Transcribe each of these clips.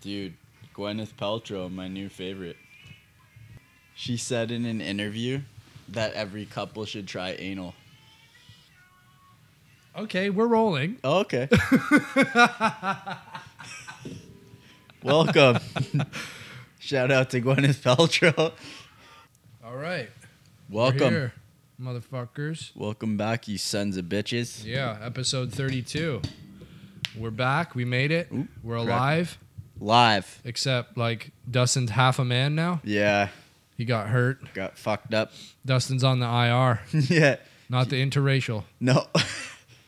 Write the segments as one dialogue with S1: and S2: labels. S1: Dude, Gwyneth Paltrow, my new favorite. She said in an interview that every couple should try anal.
S2: Okay, we're rolling.
S1: Oh, okay. Welcome. Shout out to Gwyneth Paltrow.
S2: All right. we're
S1: Welcome.
S2: here, motherfuckers.
S1: Welcome back, you sons of bitches.
S2: Yeah, episode 32. We're back. We made it.
S1: Ooh,
S2: we're
S1: crap.
S2: alive,
S1: Live.
S2: except like Dustin's half a man now.
S1: Yeah,
S2: He got hurt.
S1: got fucked up.
S2: Dustin's on the IR,
S1: yeah.
S2: not the interracial.
S1: No.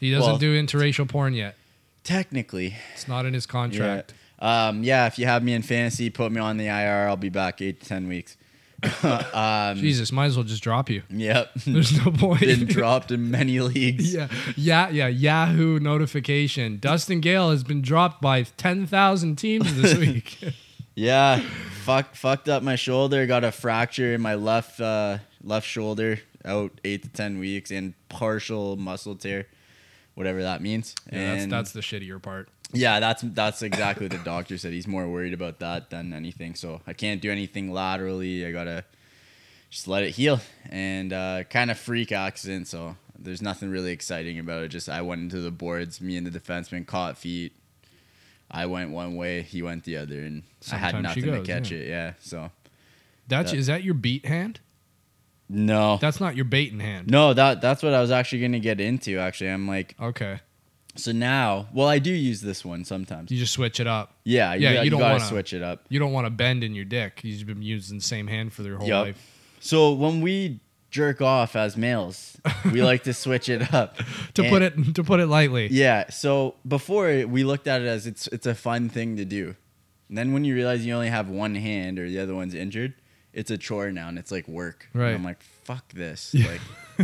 S2: He doesn't
S1: Well-
S2: do interracial porn yet.
S1: Technically.
S2: It's not in his
S1: Yeah.
S2: contract.
S1: Um, yeah, if you have me in fantasy, put me on the IR. I'll be back eight to ten weeks. um,
S2: Jesus, might as well just drop you.
S1: Yep.
S2: There's no point.
S1: Been dropped in many leagues.
S2: Yeah, yeah, yeah. Yahoo notification. Dustin Gale has been dropped by 10,000 teams this week.
S1: Yeah, fuck, fucked up my shoulder. Got a fracture in my left uh, left shoulder. Out eight to ten weeks and partial muscle tear, whatever that means.
S2: yeah, that's,
S1: and
S2: that's the shittier part.
S1: yeah, that's that's exactly what the doctor said. He's more worried about that than anything. So I can't do anything laterally. I gotta just let it heal. And uh, kind of freak accident. So there's nothing really exciting about it. Just I went into the boards. Me and the defenseman caught feet. I went one way. He went the other, and I had
S2: Sometimes she
S1: nothing
S2: goes,
S1: to catch
S2: yeah.
S1: it. Yeah. So
S2: That's
S1: That-
S2: is that your beat hand?
S1: no,
S2: That's not your baiting hand.
S1: no. That that's what I was actually gonna get into. Actually, I'm like
S2: Okay,
S1: so now. Well, I do use this one sometimes.
S2: you just switch it up.
S1: Yeah.
S2: Yeah,
S1: You,
S2: you
S1: you,
S2: don't
S1: gotta
S2: wanna-
S1: switch it up.
S2: You don't want to bend in your dick. You've been using the same hand for your whole
S1: Yup.
S2: life.
S1: So when we jerk off as males, we like to switch it up.
S2: To put it to put it lightly.
S1: Yeah. So before we looked at it as it's it's a fun thing to do. And then when you realize you only have one hand or the other one's injured, it's a chore now and it's like work. And
S2: Right.
S1: I'm like, fuck this. Like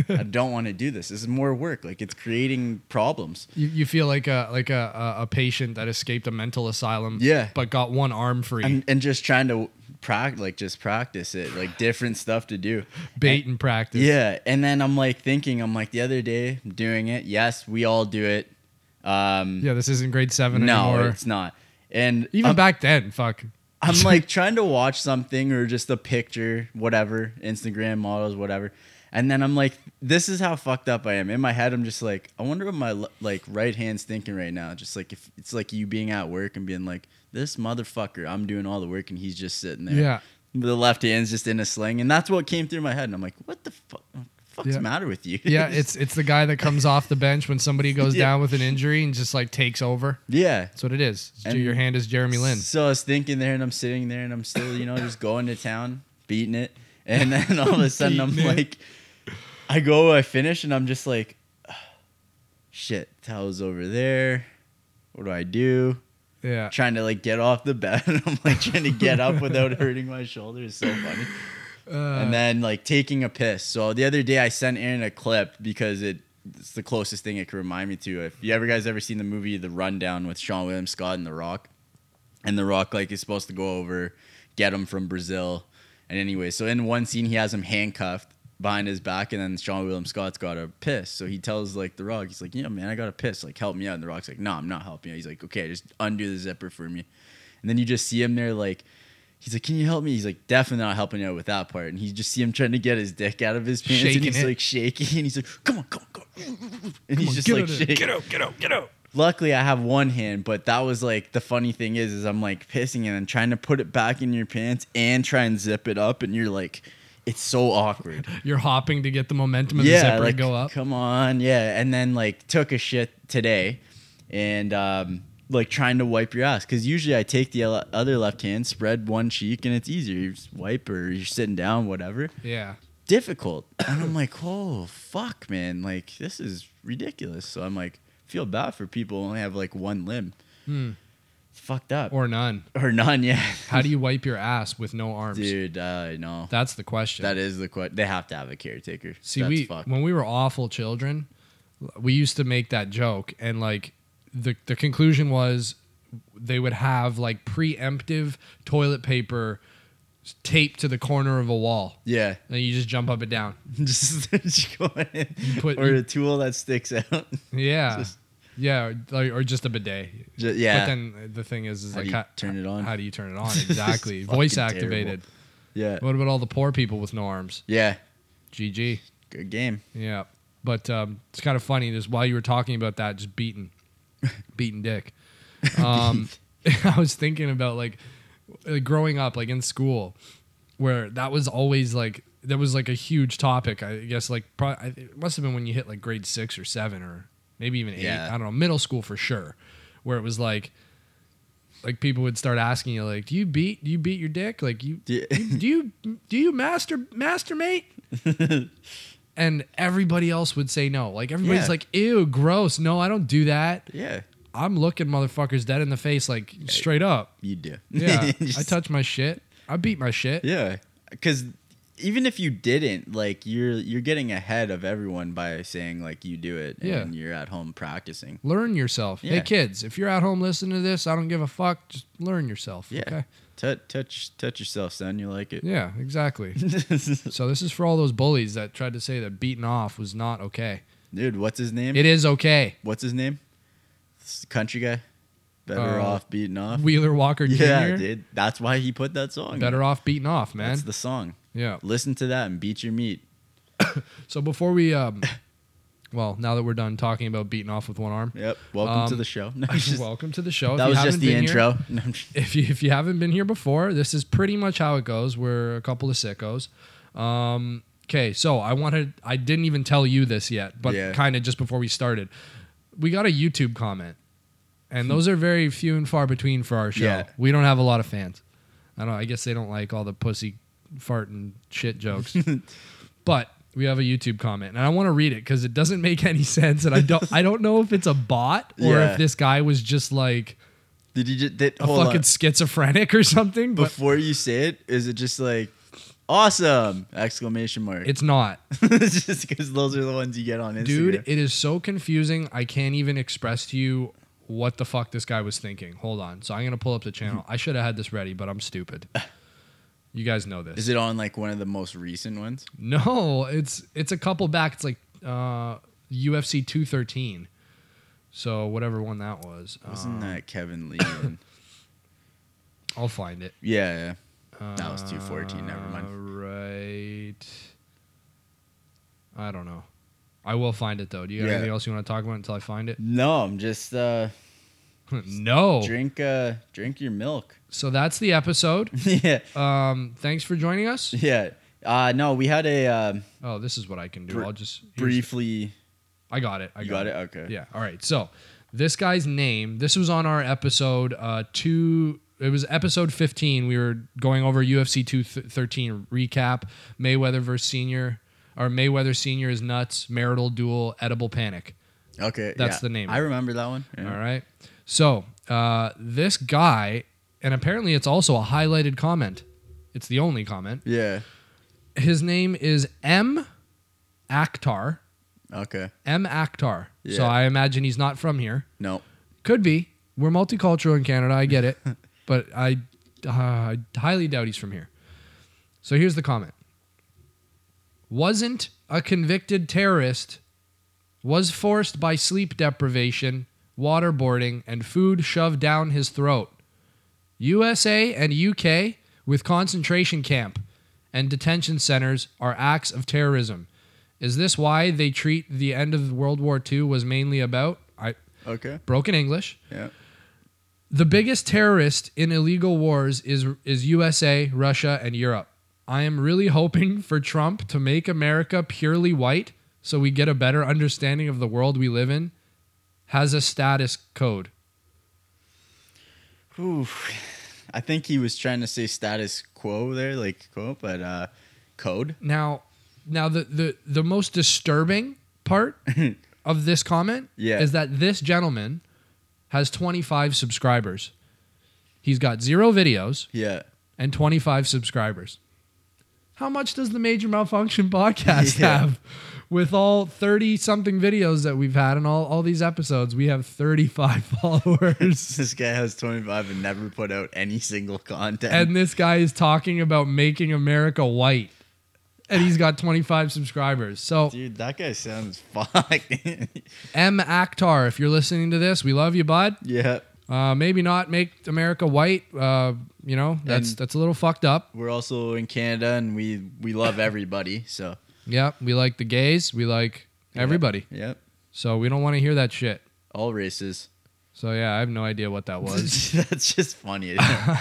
S1: I don't want to do this. This is more work. Like it's creating problems.
S2: You, you feel like a like a, a a patient that escaped a mental asylum.
S1: Yeah.
S2: but got one arm free.
S1: And and just trying to practice like just practice it. Like different stuff to do.
S2: bait and practice.
S1: Yeah, and then I'm like thinking, I'm like the other day doing it. Yes, we all do it. Um,
S2: yeah. This isn't grade seven
S1: no,
S2: anymore.
S1: it's not. And
S2: Even
S1: I'm,
S2: back then, fuck.
S1: I'm like trying to watch something or just a picture, whatever, Instagram models, whatever. And then I'm like, this is how fucked up I am. In my head, I'm just like, I wonder what my le- like right hand's thinking right now. Just like if it's like you being at work and being like, this motherfucker, I'm doing all the work and he's just sitting there.
S2: Yeah.
S1: The left hand's just in a sling, and that's what came through my head. And I'm like, what the fuck? Fuck's
S2: Yeah.
S1: the matter with you?
S2: Yeah, it's it's the guy that comes off the bench when somebody goes
S1: Yeah.
S2: down with an injury and just like takes over.
S1: yeah.
S2: That's what it is. It's-
S1: And-
S2: your hand is Jeremy Lin.
S1: So I was thinking there, and I'm sitting there, and I'm still, you know, just going to town, beating it, and then all of a sudden I'm
S2: Beating it.
S1: like, I go, I finish, and I'm just like, shit, towel's over there. What do I do?
S2: Yeah.
S1: Trying to like get off the bed, and I'm like trying to get up without hurting my shoulder. It's so funny.
S2: Uh.
S1: and then like taking a piss. So the other day I sent Aaron a clip because it it's the closest thing it could remind me to. If you ever guys ever seen the movie The Rundown with Sean William Scott and The Rock, and The Rock like is supposed to go over get him from Brazil, and anyway, so in one scene he has him handcuffed behind his back, and then Sean William Scott's got a piss. So he tells like The Rock, he's like, "Yeah, man, I got a piss. Like help me out." And The Rock's like, "No, I'm not helping." you." He's like, "Okay, just undo the zipper for me," and then you just see him there like. He's like, "Can you help me?" He's like, "Definitely not helping out with that part." And you just see him trying to get his dick out of his pants,
S2: Shaking
S1: and he's
S2: it.
S1: like shaking, and he's like, "Come on, come on, come on!" And he's
S2: Come on,
S1: just
S2: get
S1: like,
S2: out of there.
S1: shaking.
S2: get out, get out, get out.
S1: Luckily, I have one hand, but that was like the funny thing is, is I'm like pissing and then trying to put it back in your pants and try and zip it up, and you're like, it's so awkward.
S2: You're hopping to get the momentum of the
S1: yeah,
S2: zipper
S1: like
S2: to go up.
S1: come on, yeah. And then like took a shit today, and um, like trying to wipe your ass because usually I take the ele- other left hand, spread one cheek, and it's easier. You just wipe or you're sitting down, whatever.
S2: Yeah.
S1: Difficult, and I'm like, oh fuck, man, like this is ridiculous. So I'm like, feel bad for people who only have like one limb.
S2: Hmm.
S1: It's fucked up.
S2: Or none.
S1: Or none, yeah.
S2: How do you wipe your ass with no arms?
S1: Dude, uh, I know.
S2: That's the question.
S1: That is the question. They have to have a caretaker.
S2: See,
S1: That's
S2: we
S1: fucked.
S2: when we were awful children, we used to make that joke, and like the the conclusion was they would have like preemptive toilet paper taped to the corner of a wall,
S1: Yeah.
S2: and you just jump up and down.
S1: just, just go in.
S2: put-
S1: or
S2: you-
S1: a tool that sticks out.
S2: Yeah,
S1: Just-
S2: Yeah, like, or just a bidet.
S1: Ju- yeah.
S2: But then the thing is, is
S1: How
S2: like
S1: do you
S2: ho-
S1: turn it on?
S2: How do you turn it on?
S1: It's
S2: Exactly. Voice
S1: fucking
S2: activated.
S1: yeah.
S2: What about all the poor people with no arms?
S1: Yeah.
S2: GG.
S1: Good game.
S2: Yeah. But um, it's kind of funny. Just while you were talking about that, just beating, beating dick. Um, I was thinking about like, like growing up, like in school, where that was always like that was like a huge topic. I guess like pro- I- it must have been when you hit like grade six or seven or maybe even eight.
S1: Yeah.
S2: I don't know, middle school for sure, where it was like. Like people would start asking you, like, "Do you beat? Do you beat your dick? Like, you
S1: Do you-
S2: do you do you master masturbate?" and everybody else would say no. Like everybody's
S1: Yeah.
S2: like, ew, gross. No, I don't do that.
S1: Yeah.
S2: I'm looking motherfuckers dead in the face, like straight up.
S1: You do.
S2: Yeah, I
S1: Just-
S2: touch my shit. I beat my shit.
S1: Yeah, because even if you didn't, like you're you're getting ahead of everyone by saying like you do it,
S2: Yeah.
S1: and you're at home practicing.
S2: Learn yourself.
S1: Yeah.
S2: Hey kids, if you're at home listening to this, I don't give a fuck. Just learn yourself.
S1: Yeah,
S2: Okay.
S1: Tou- touch touch yourself, son. You like it?
S2: Yeah, exactly. so this is for all those bullies that tried to say that beating off was not okay.
S1: Dude, what's his name?
S2: It is okay.
S1: what's his name? This country guy. Better
S2: Uh,
S1: off beating off.
S2: Wheeler Walker
S1: yeah,
S2: Jr.
S1: dude. That's why he put that song.
S2: Better off beating off, man.
S1: That's the song.
S2: yeah.
S1: Listen to that and beat your meat.
S2: So before we, um, well, now that we're done talking about beating off with one arm,
S1: Yep. Welcome
S2: Um,
S1: to the show. No, it's just-
S2: welcome to the show. If
S1: that
S2: you
S1: was
S2: haven't
S1: just the
S2: been here-
S1: intro. No, I'm just-
S2: if you if you haven't been here before, this is pretty much how it goes. We're a couple of sickos. Um, okay, so I wanted I didn't even tell you this yet, but
S1: Yeah.
S2: kind of just before we started, we got a YouTube comment, and those are very few and far between for our show.
S1: Yeah.
S2: We don't have a lot of fans. I don't. I guess they don't like all the pussy fart and shit jokes. but we have a YouTube comment, and I want to read it because it doesn't make any sense, and I don't. I don't know if it's a bot or
S1: Yeah.
S2: if this guy was just like
S1: did you just did,
S2: a
S1: hold
S2: fucking
S1: on.
S2: schizophrenic or something, but
S1: before you say it, is it just like awesome exclamation mark?
S2: it's not.
S1: It's just because those are the ones you get on Instagram.
S2: Dude, it is so confusing. I can't even express to you what the fuck this guy was thinking. Hold on. So I'm going to pull up the channel. I should have had this ready, but I'm stupid. You guys know this.
S1: is it on like one of the most recent ones?
S2: No, it's it's a couple back. It's like uh UFC 213. So whatever one that was.
S1: Wasn't
S2: Um,
S1: that Kevin Lee? and-
S2: I'll find it.
S1: yeah, yeah. That was 214, never mind.
S2: Right. I don't know. I will find it though. Do you got
S1: Yeah.
S2: anything else you want to talk about until I find it?
S1: No, I'm just uh,
S2: no.
S1: drink uh, drink your milk.
S2: So that's the episode.
S1: yeah,
S2: Um, thanks for joining us.
S1: yeah. Uh, no, we had a um,
S2: Oh, this is what I can do.
S1: Br-
S2: I'll just here's-
S1: briefly.
S2: I got it. I
S1: You got it? Okay.
S2: Yeah. All right. So this guy's name. This was on our episode uh, two. It was episode fifteen. We were going over UFC two thirteen recap. Mayweather versus Senior, or Mayweather Senior is nuts. Marital duel. Edible panic.
S1: Okay,
S2: That's
S1: yeah.
S2: the name.
S1: I remember that one. Yeah.
S2: All right. So uh, this guy, and apparently it's also a highlighted comment. It's the only comment.
S1: Yeah.
S2: His name is M. Akhtar.
S1: Okay.
S2: M. Akhtar. So
S1: Yeah.
S2: I imagine he's not from here.
S1: No.
S2: Could be. We're multicultural in Canada. I get it, but I, uh, I highly doubt he's from here. So here's the comment. Wasn't a convicted terrorist. Was forced by sleep deprivation, waterboarding, and food shoved down his throat. USA and UK with concentration camp and detention centers are acts of terrorism. Is this why they treat the end of World War II was mainly about? I
S1: Okay.
S2: broken English.
S1: Yeah.
S2: The biggest terrorist in illegal wars is is USA, Russia, and Europe. I am really hoping for Trump to make America purely white so we get a better understanding of the world we live in. Has a status code.
S1: Oof. I think he was trying to say status quo there, like quo, but uh, code.
S2: Now, now the the the most disturbing part of this comment
S1: Yeah.
S2: is that this gentleman has 25 subscribers. He's got zero videos.
S1: Yeah.
S2: and 25 subscribers. How much does the Major Malfunction podcast
S1: Yeah.
S2: have? With all 30 something videos that we've had and all, all these episodes, we have 35 followers.
S1: This guy has 25 and never put out any single content.
S2: and this guy is talking about making America white. and he's got 25 subscribers. So
S1: Dude, that guy sounds fucked.
S2: M Akhtar, if you're listening to this, we love you, bud.
S1: yeah.
S2: Uh, maybe not make America white. Uh, you know that's
S1: And-
S2: that's a little fucked up.
S1: We're also in Canada and we we love everybody. So
S2: Yeah, we like the gays, we like everybody.
S1: Yep.
S2: So we don't want to hear that shit.
S1: All races.
S2: So yeah, I have no idea what that was.
S1: That's just funny. isn't it? I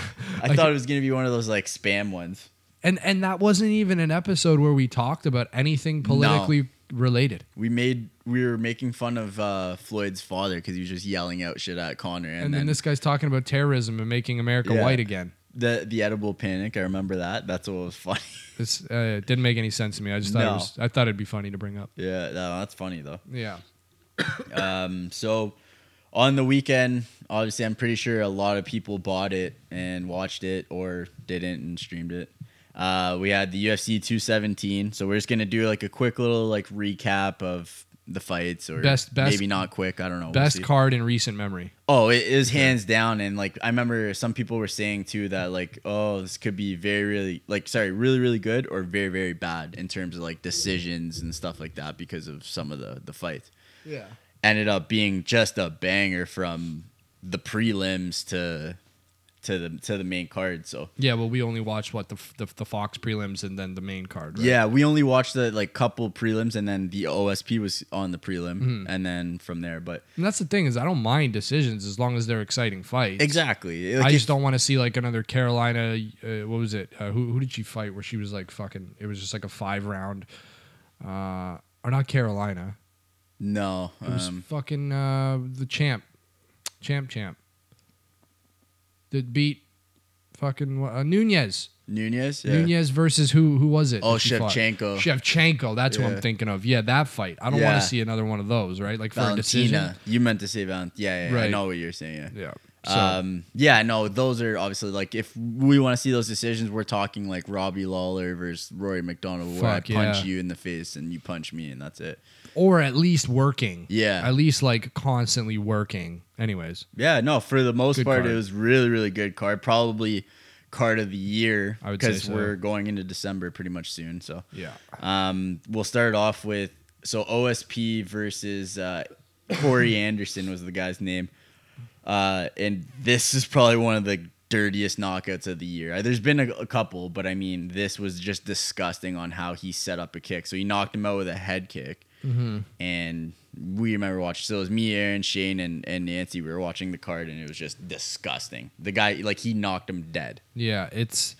S2: Like-
S1: thought it was gonna be one of those like spam ones.
S2: and and that wasn't even an episode where we talked about anything politically related.
S1: We made we were making fun of uh, Floyd's father because he was just yelling out shit at Connor, and,
S2: And, then,
S1: then,
S2: this guy's talking about terrorism and making America
S1: Yeah.
S2: white again.
S1: the the edible panic. I remember that. That's what was funny.
S2: This uh, it didn't make any sense to me. I just thought
S1: No.
S2: it was, I thought it'd be funny to bring up.
S1: yeah, no, that's funny though.
S2: Yeah.
S1: Um, so on the weekend, obviously, I'm pretty sure a lot of people bought it and watched it or didn't and streamed it. Uh, we had the UFC 217, so we're just gonna do like a quick little like recap of the fights or
S2: Best- best-
S1: maybe not quick. I don't know. We'll
S2: Best
S1: see.
S2: card in recent memory.
S1: Oh, it is hands down, and like I remember some people were saying too that like, oh, this could be very, really, like, sorry, really, really good or very, very bad in terms of like decisions and stuff like that because of some of the the fights.
S2: Yeah.
S1: Ended up being just a banger from the prelims to to the to the main card. So
S2: Yeah, well, we only watched what the, f- the the Fox prelims and then the main card. Right?
S1: yeah, we only watched the like couple prelims, and then the OSP was on the prelim, and then from there. But
S2: and that's the thing is I don't mind decisions as long as they're exciting fights.
S1: exactly,
S2: I
S1: Like,
S2: just don't want to see like another Carolina. Uh, what was it? Uh, who who did she fight? Where she was like fucking. It was just like a five round. Uh, or not Carolina.
S1: no.
S2: It was
S1: Um,
S2: fucking uh, the champ, champ, champ. That beat fucking uh, Nunez.
S1: Nunez, yeah.
S2: Nunez versus who? Who was it?
S1: Oh,
S2: that she fought?
S1: Shevchenko.
S2: Shevchenko. That's who
S1: Yeah.
S2: I'm thinking of. Yeah, that fight. I don't
S1: Yeah.
S2: want to see another one of those. Right? Like for a decision.
S1: Valentina. You meant to say Valentina. Yeah, yeah, yeah, I
S2: Right.
S1: know what you're saying. Yeah.
S2: Yeah. So
S1: Um, yeah, no, those are obviously like if we want to see those decisions, we're talking like Robbie Lawler versus Rory McDonald, where
S2: Fuck,
S1: I punch
S2: yeah.
S1: you in the face and you punch me, and that's it.
S2: or at least working.
S1: Yeah.
S2: At least like constantly working. Anyways.
S1: Yeah, no, for the most
S2: Good
S1: part,
S2: card.
S1: it was really, really good card. Probably card of the year
S2: I would say
S1: because
S2: so.
S1: we're going into December pretty much soon. So
S2: Yeah.
S1: Um, we'll start off with so OSP versus uh, Corey Anderson was the guy's name, uh, and this is probably one of the dirtiest knockouts of the year. Uh, There's been a, a couple, but I mean this was just disgusting on how he set up a kick. So he knocked him out with a head kick, and we remember watching. So it was me, Aaron, Shane, and and Nancy. We were watching the card, and it was just disgusting. The guy like he knocked him dead.
S2: Yeah, it's.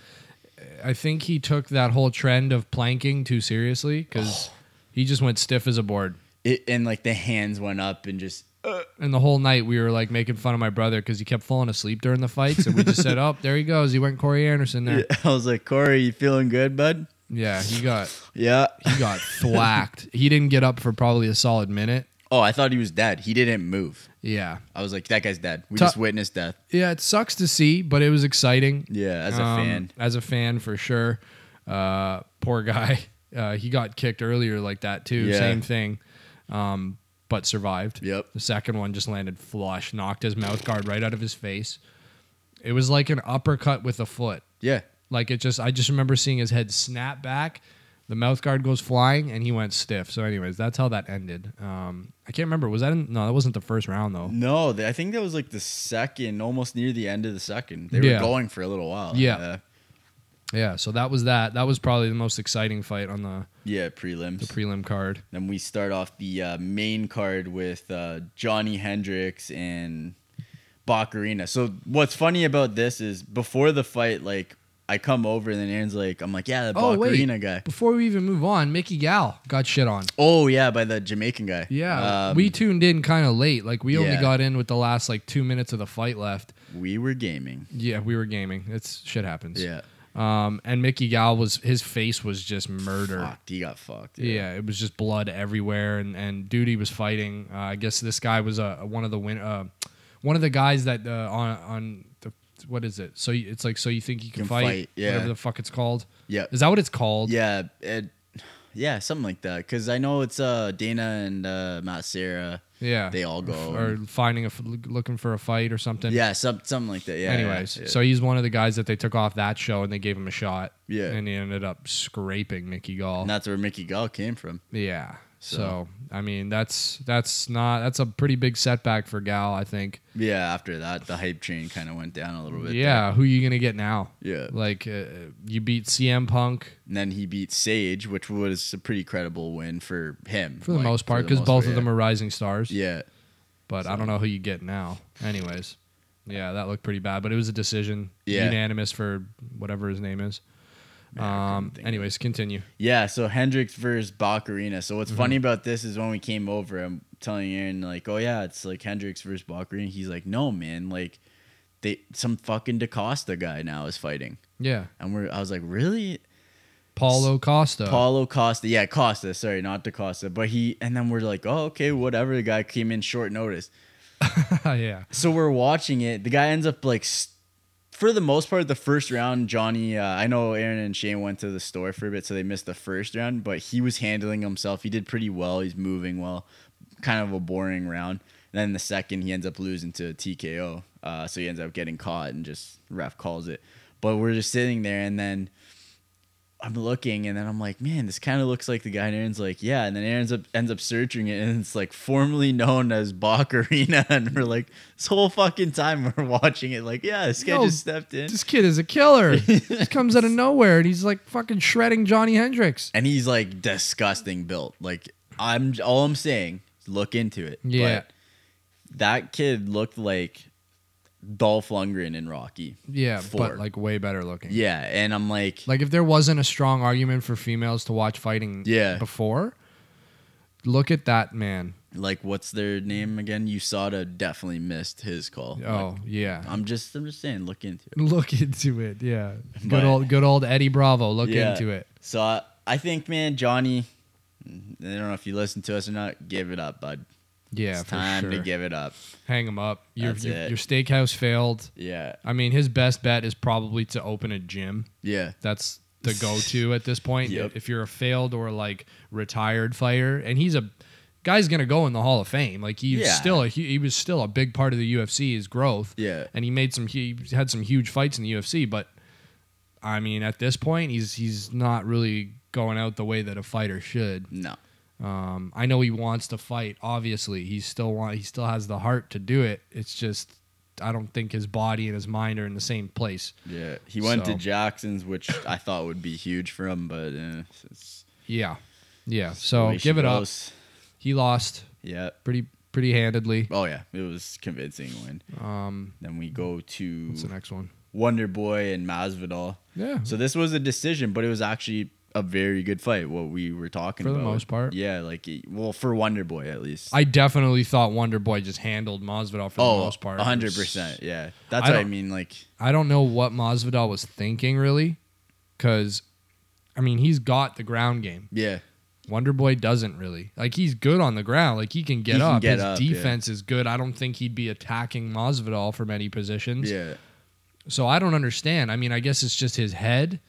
S2: I think he took that whole trend of planking too seriously because he just went stiff as a board.
S1: It, and like the hands went up and just
S2: And the whole night we were like making fun of my brother because he kept falling asleep during the fights, and we just said, "Oh, there he goes. He went Corey Anderson there."
S1: I was like, Corey, you feeling good, bud?
S2: Yeah, he got
S1: Yeah.
S2: he got thwacked. He didn't get up for probably a solid minute.
S1: Oh, I thought he was dead. He didn't move.
S2: Yeah,
S1: I was like, that guy's dead. We
S2: Ta-
S1: just witnessed death.
S2: yeah, it sucks to see, but it was exciting.
S1: Yeah, as a
S2: Um,
S1: fan.
S2: as a fan for sure. Uh, poor guy. Uh, he got kicked earlier like that too.
S1: Yeah.
S2: Same thing, um, but survived.
S1: Yep.
S2: The second one just landed flush, knocked his mouth guard right out of his face. It was like an uppercut with a foot.
S1: Yeah.
S2: Like it just, I just remember seeing his head snap back. The mouth guard goes flying, and he went stiff. So, anyways, that's how that ended. Um, I can't remember. Was that in? No, that wasn't the first round though.
S1: No, th- I think that was like the second, almost near the end of the second. They
S2: Yeah.
S1: were going for a little while.
S2: Yeah.
S1: Uh,
S2: Yeah. So that was that. That was probably the most exciting fight on the
S1: yeah, prelims.
S2: prelim card.
S1: then we start off the uh, main card with uh, Johnny Hendricks and Baccarina. So what's funny about this is before the fight, like, I come over and then Aaron's like, I'm like, yeah, the
S2: Oh, wait.
S1: Baccarina guy.
S2: Before we even move on, Mickey Gal got shit on.
S1: Oh, yeah, by the Jamaican guy.
S2: Yeah,
S1: Um,
S2: we tuned in kind of late. Like we only
S1: Yeah.
S2: got in with the last like two minutes of the fight left.
S1: we were gaming.
S2: Yeah, we were gaming. It's shit happens.
S1: Yeah.
S2: Um, and Mickey Gal was his face was just murder.
S1: Fucked. He got fucked.
S2: Yeah. it was just blood everywhere, and and Duty was fighting. Uh, I guess this guy was uh, one of the win. Uh, one of the guys that uh, on on the what is it? So you, it's like so you think you can,
S1: Can
S2: fight?
S1: fight, yeah.
S2: Whatever the fuck it's called.
S1: Yeah.
S2: Is that what it's called?
S1: Yeah. It, yeah, something like that. Because I know it's uh, Dana and uh, Matt Sarah.
S2: Yeah.
S1: They all go.
S2: or finding a f- looking for a fight or something.
S1: yeah, some, something like that. Yeah. yeah,
S2: Anyways,
S1: yeah.
S2: so he's one of the guys that they took off that show and they gave him a shot.
S1: Yeah.
S2: And he ended up scraping Mickey Gall.
S1: and that's where Mickey Gall came from.
S2: yeah. So.
S1: So-
S2: I mean that's that's not that's a pretty big setback for Gal, I think.
S1: Yeah. After that, the hype train kind of went down a little bit.
S2: yeah, who you gonna get now?
S1: there. Yeah.
S2: Like uh, you beat CM Punk
S1: And then he beat Sage, which was a pretty credible win for him.
S2: for the
S1: like,
S2: most part
S1: the
S2: because
S1: most
S2: both
S1: part,
S2: of them are rising stars.
S1: Yeah. yeah.
S2: but I don't know who you get now. Anyways, yeah, that looked pretty bad, but it was a decision,
S1: Yeah.
S2: unanimous for whatever his name is. Um.
S1: think of
S2: Anyways, continue.
S1: Yeah, so Hendrix versus Baccarina. So what's funny about this is when we came over, I'm telling Aaron like, oh yeah, it's like Hendrix versus Baccarina. He's like, no man, like they some fucking DaCosta guy now is fighting,
S2: Yeah,
S1: and we're I was like, really?
S2: Paulo Costa.
S1: Paulo Costa, yeah, Costa, sorry, not DaCosta, but he. And then we're like, oh okay, whatever. The guy came in short notice,
S2: yeah,
S1: so we're watching it. The guy ends up like. St- for the most part, the first round, Johnny, uh, I know Aaron and Shane went to the store for a bit, so they missed the first round, but he was handling himself. He did pretty well. He's moving well. Kind of a boring round. And then the second, he ends up losing to TKO. Uh, so he ends up getting caught and just ref calls it. But we're just sitting there, and then I'm looking, and then I'm like, man, this kind of looks like the guy. And Aaron's like, yeah. And then Aaron's up, ends up searching it, and it's like formerly known as Bach Arena. And we're like, this whole fucking time we're watching it, like, yeah, this guy
S2: Yo,
S1: just stepped in.
S2: this kid is a killer. he comes out of nowhere and he's like fucking shredding Johnny Hendrix.
S1: and he's like disgusting built. Like I'm all I'm saying, is look into it.
S2: Yeah.
S1: But that kid looked like Dolph Lundgren in Rocky.
S2: Yeah,
S1: Four.
S2: but like way better looking.
S1: Yeah, and I'm like,
S2: Like if there wasn't a strong argument for females to watch fighting.
S1: Yeah.
S2: Before, look at that man.
S1: like what's their name again? USADA definitely missed his call.
S2: Oh
S1: Like,
S2: yeah.
S1: I'm just I'm just saying, look into it.
S2: Look into it. Yeah. Good
S1: But-
S2: old good old Eddie Bravo. Look
S1: Yeah.
S2: into it.
S1: So I, I think, man, Johnny. I don't know if you listen to us or not. Give it up, bud.
S2: Yeah,
S1: it's
S2: for
S1: time
S2: sure.
S1: to give it up.
S2: Hang him up. Your,
S1: That's
S2: your,
S1: it.
S2: your steakhouse failed.
S1: Yeah,
S2: I mean, his best bet is probably to open a gym.
S1: yeah,
S2: That's the go-to at this point.
S1: Yep.
S2: If you're a failed or like retired fighter, and he's a guy's gonna go in the Hall of Fame. Like he's
S1: Yeah.
S2: still a, hu- he was still a big part of the UFC's growth.
S1: yeah.
S2: and he made some he had some huge fights in the UFC, but I mean at this point he's he's not really going out the way that a fighter should.
S1: No,
S2: Um, I know he wants to fight. Obviously, he still want he still has the heart to do it. It's just I don't think his body and his mind are in the same place.
S1: Yeah, he went
S2: So-
S1: to Jackson's, which I thought would be huge for him, but eh, it's
S2: Yeah, yeah.
S1: the
S2: So
S1: way she
S2: give it up.
S1: goes.
S2: He lost
S1: Yeah.
S2: pretty pretty handedly.
S1: Oh yeah, it was convincing win.
S2: Um,
S1: Then we go to
S2: what's the next one?
S1: Wonder Boy and Masvidal.
S2: Yeah,
S1: So this was a decision, but it was actually a very good fight. What we were talking
S2: For the
S1: about,
S2: most part.
S1: Yeah, like it- well for Wonder Boy at least.
S2: I definitely thought Wonder Boy just handled Masvidal for
S1: oh,
S2: the most part. It was-
S1: hundred percent. Yeah, that's
S2: I
S1: what I
S2: don't-
S1: mean. Like
S2: I don't know what Masvidal was thinking really, because I mean he's got the ground game.
S1: yeah,
S2: Wonder Boy doesn't really like he's good on the ground. Like he can get
S1: He can
S2: up.
S1: get
S2: His
S1: up, yeah.
S2: defense is good. I don't think he'd be attacking Masvidal from any positions.
S1: yeah,
S2: So I don't understand. I mean, I guess it's just his head.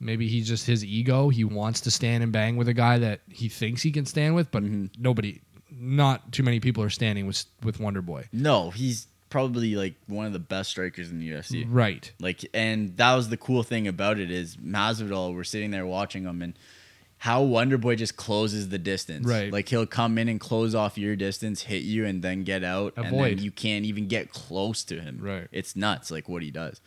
S2: Maybe he's just his ego. He wants to stand and bang with a guy that he thinks he can stand with, but
S1: Mhm.
S2: nobody, not too many people are standing with with Wonder Boy.
S1: no, he's probably like one of the best strikers in the UFC.
S2: Right.
S1: Like, and that was the cool thing about it is Masvidal. We're sitting there watching him, and how Wonder Boy just closes the distance.
S2: Right.
S1: Like he'll come in and close off your distance, hit you, and then get out. And
S2: Avoid.
S1: then you can't even get close to him.
S2: Right.
S1: It's nuts. Like what he does.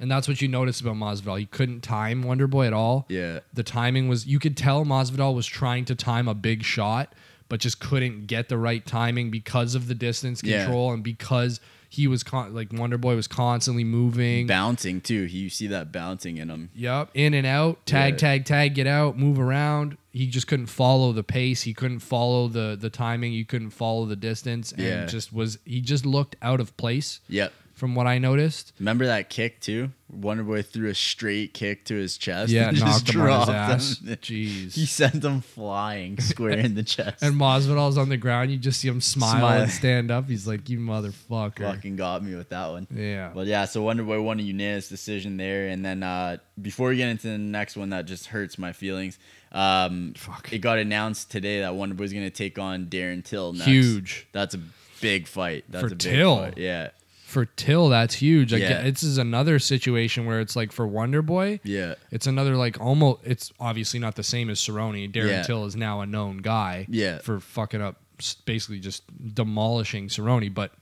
S2: And that's what you noticed about Masvidal. He couldn't time Wonder Boy at all.
S1: Yeah.
S2: The timing was you could tell Masvidal was trying to time a big shot, but just couldn't get the right timing because of the distance
S1: Yeah.
S2: control and because he was con- like Wonder Boy was constantly moving.
S1: Bouncing too. He, you see that bouncing in him.
S2: Yep, in and out, tag,
S1: Yeah.
S2: tag, tag, get out, move around. He just couldn't follow the pace. He couldn't follow the the timing. He couldn't follow the distance, and
S1: Yeah.
S2: just was he just looked out of place
S1: Yep.
S2: from what I noticed.
S1: Remember that kick too? Wonder Boy threw a straight kick to his chest.
S2: Yeah,
S1: and
S2: knocked him on his ass.
S1: dropped him. He
S2: Jeez.
S1: sent him flying square in the chest.
S2: And Masvidal's on the ground. You just see him smile
S1: Smile.
S2: and stand up. He's like, "You motherfucker."
S1: fucking got me with that one.
S2: Yeah.
S1: But yeah, so Wonder Boy won a unanimous decision there. And then uh, before we get into the next one that just hurts my feelings, um,
S2: Fuck.
S1: it got announced today that Wonder Boy's going to take on Darren Till next.
S2: Huge.
S1: That's a big fight. That's
S2: For
S1: a big
S2: Till?
S1: fight. Yeah.
S2: For Till, that's huge. I
S1: Yeah.
S2: get- this is another situation where it's like for Wonder Boy,
S1: Yeah.
S2: it's another like almost. It's obviously not the same as Cerrone. Darren
S1: Yeah.
S2: Till is now a known guy.
S1: Yeah.
S2: For fucking up, s- basically just demolishing Cerrone. But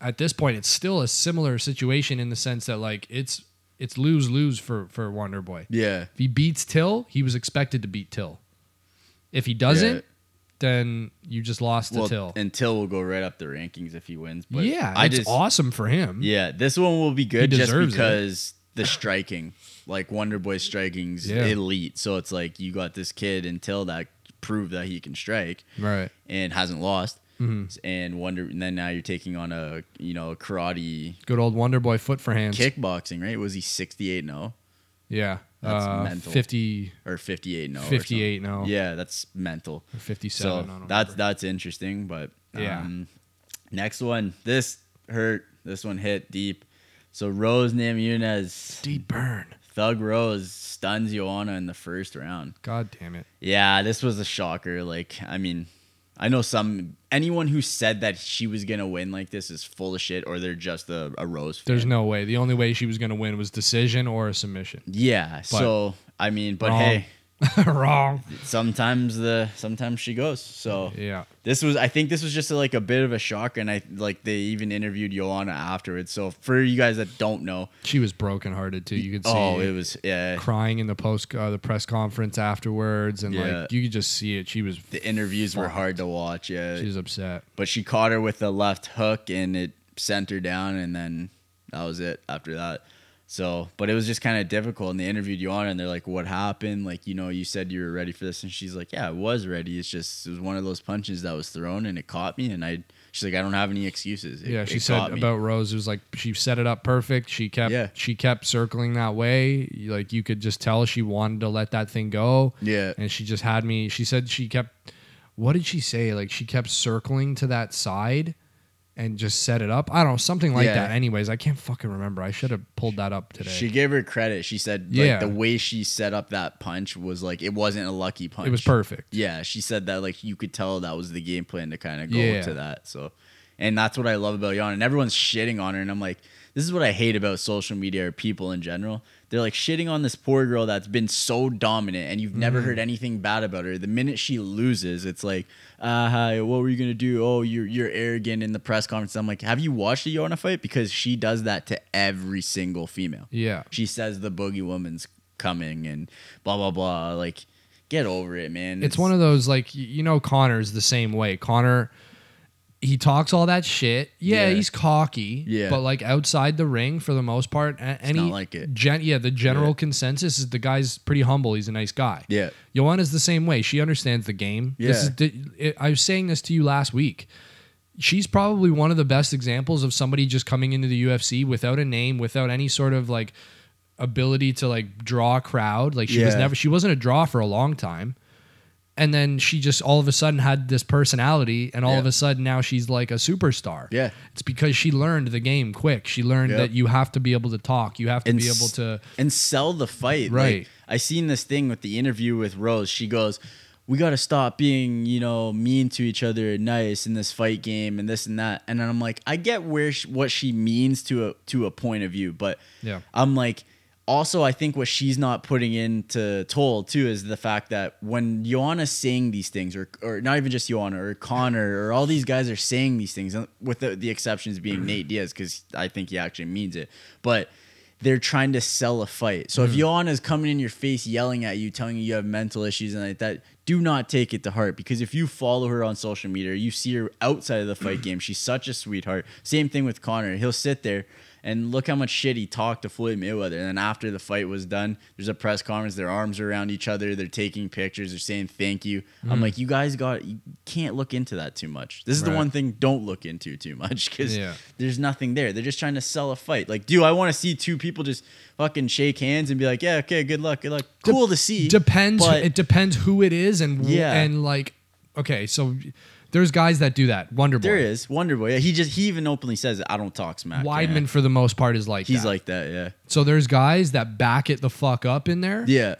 S2: at this point, it's still a similar situation in the sense that like it's it's lose lose for for Wonder Boy.
S1: Yeah.
S2: If he beats Till, he was expected to beat Till. If he doesn't,
S1: Yeah.
S2: then you just lost to
S1: Well,
S2: Till.
S1: and Till will go right up the rankings if he wins. But
S2: yeah,
S1: I
S2: it's
S1: just
S2: awesome for him.
S1: Yeah, this one will be good just
S2: deserves it.
S1: because the striking, like Wonder Boy striking's
S2: Yeah.
S1: elite. So it's like you got this kid until that proved that he can strike
S2: Right.
S1: and hasn't lost.
S2: Mm-hmm.
S1: And Wonder and then now you're taking on a you know, karate
S2: Good old Wonder Boy foot for hands.
S1: kickboxing, right? Was he 68 0
S2: Yeah.
S1: That's
S2: uh,
S1: mental.
S2: 50,
S1: or 58 0?
S2: 58 now.
S1: Yeah, that's mental.
S2: Or 57. oh, I
S1: So
S2: don't
S1: that's
S2: remember.
S1: that's interesting, but
S2: Yeah.
S1: um, next one. This hurt. This one hit deep. So Rose Namajunas
S2: Deep burn.
S1: Thug Rose stuns Joanna in the first round.
S2: God damn it.
S1: Yeah, this was a shocker. Like, I mean, I know some anyone who said that she was gonna win like this is full of shit, or they're just a, a Rose. Fan.
S2: There's no way. The only way she was going to win was decision or a submission.
S1: Yeah, so I mean, but
S2: Wrong.
S1: hey,
S2: Wrong.
S1: sometimes the sometimes she goes. So
S2: Yeah.
S1: this was I think this was just like a bit of a shock, and I like they even interviewed Joanna afterwards. So for you guys that don't know,
S2: She was brokenhearted too. You could see
S1: oh, it was yeah.
S2: crying in the post uh, the press conference afterwards and
S1: Yeah.
S2: like you could just see it. She was
S1: The interviews were hard to watch. Yeah,
S2: she was upset.
S1: but she caught her with the left hook and it sent her down and then that was it after that so but it was just kind of difficult and they interviewed Joanna and they're like what happened like you know you said you were ready for this and she's like yeah I was ready it's just it was one of those punches that was thrown and it caught me and I she's like I don't have any excuses It-
S2: Yeah, she
S1: it
S2: said
S1: caught me.
S2: about Rose. It was like she set it up perfect. She kept
S1: Yeah.
S2: she kept circling that way. You- Like you could just tell she wanted to let that thing go.
S1: Yeah.
S2: and she just had me. She said she kept. What did she say? Like she kept circling to that side, and just set it up. I don't know something like
S1: Yeah.
S2: that. Anyways, I can't fucking remember. I should have pulled that up today.
S1: she gave her credit she said like
S2: Yeah.
S1: the way she set up that punch was like it wasn't a lucky punch
S2: it was perfect.
S1: Yeah, she said that like you could tell that was the game plan to kind of go
S2: Yeah.
S1: to that. So, and that's what I love about Yana. And everyone's shitting on her, and I'm like, this is what I hate about social media or people in general. They're like shitting on this poor girl that's been so dominant, and you've never
S2: Mm-hmm.
S1: heard anything bad about her. The minute she loses, it's like, uh, hi, what were you gonna do? Oh, you're you're arrogant in the press conference. I'm like, have you watched the Yana fight? Because she does that to every single female
S2: Yeah,
S1: she says the boogie woman's coming and blah blah blah like get over it man
S2: it's one of those like y- you know Connor's the same way. Connor he talks all that shit. Yeah,
S1: Yeah.
S2: he's cocky.
S1: Yeah.
S2: But like outside the ring for the most part, a- any
S1: not like it.
S2: Gen, yeah, the general consensus is the guy's pretty humble. He's a nice guy.
S1: Yeah.
S2: Joanna's the same way. She understands the game. This
S1: Yeah.
S2: is the, it, I was saying this to you last week. She's probably one of the best examples of somebody just coming into the UFC without a name, without any sort of like ability to like draw a crowd. Like she was
S1: Yeah.
S2: never she wasn't a draw for a long time. And then she just all of a sudden had this personality and all
S1: Yeah.
S2: of a sudden now she's like a superstar.
S1: Yeah.
S2: It's because she learned the game quick. She learned
S1: Yep.
S2: that you have to be able to talk. You have to
S1: And
S2: be
S1: s-
S2: able to
S1: and sell the fight
S2: Right.
S1: Like, i seen this thing with the interview with rose she goes we got to stop being you know mean to each other and nice in this fight game and this and that and then i'm like i get where sh what she means to a to a point of view but
S2: Yeah.
S1: i'm like also, I think what she's not putting into toll too is the fact that when Joanna's saying these things, or or not even just Joanna or Connor or all these guys are saying these things, uh, with the, the exceptions being Nate Diaz, because I think he actually means it. But they're trying to sell a fight. So if Joanna's coming in your face, yelling at you, telling you you have mental issues and like that, do not take it to heart because if you follow her on social media, you see her outside of the fight game. She's such a sweetheart. Same thing with Connor. He'll sit there And look how much shit he talked to Floyd Mayweather. And then after the fight was done, there's a press conference. Their arms are around each other. They're taking pictures. They're saying thank you. I'm like, you guys got. You can't look into that too much. This is the
S2: Mm. Right.
S1: one thing don't look into too much because
S2: Yeah.
S1: there's nothing there. They're just trying to sell a fight. Like, do I want to see two people just fucking shake hands and be like, yeah, okay, good luck, good luck.
S2: Dep-
S1: Cool to see.
S2: Depends.
S1: but-
S2: it depends who it is and wh-
S1: Yeah.
S2: and like okay, so there's guys that do that. Wonderboy.
S1: There is Wonderboy. Yeah, he just he even openly says it. I don't talk smack.
S2: Weidman
S1: Yeah.
S2: for the most part is like
S1: He's
S2: that.
S1: like that. Yeah.
S2: so there's guys that back it the fuck up in there.
S1: Yeah.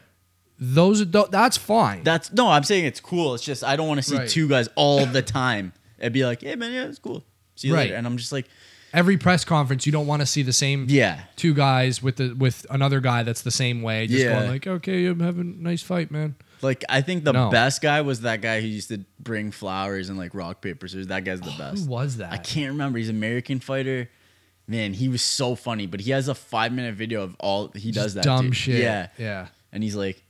S2: Those are th- that's fine.
S1: That's no. I'm saying it's cool. It's just I don't want to see
S2: Right.
S1: two guys all the time and be like, hey man, yeah, it's cool. See you
S2: Right.
S1: later. And I'm just like,
S2: Every press conference you don't want to see the same
S1: yeah,
S2: two guys with the with another guy that's the same way just
S1: Yeah.
S2: going like, "Okay, I'm having a nice fight, man."
S1: Like I think the
S2: No.
S1: best guy was that guy who used to bring flowers and like rock paper scissors. That guy's the best.
S2: Who was that?
S1: I can't remember. He's an American fighter. Man, he was so funny. But he has a five minute video of all he
S2: Just
S1: does that
S2: dumb
S1: too.
S2: shit.
S1: Yeah,
S2: Yeah.
S1: and he's like,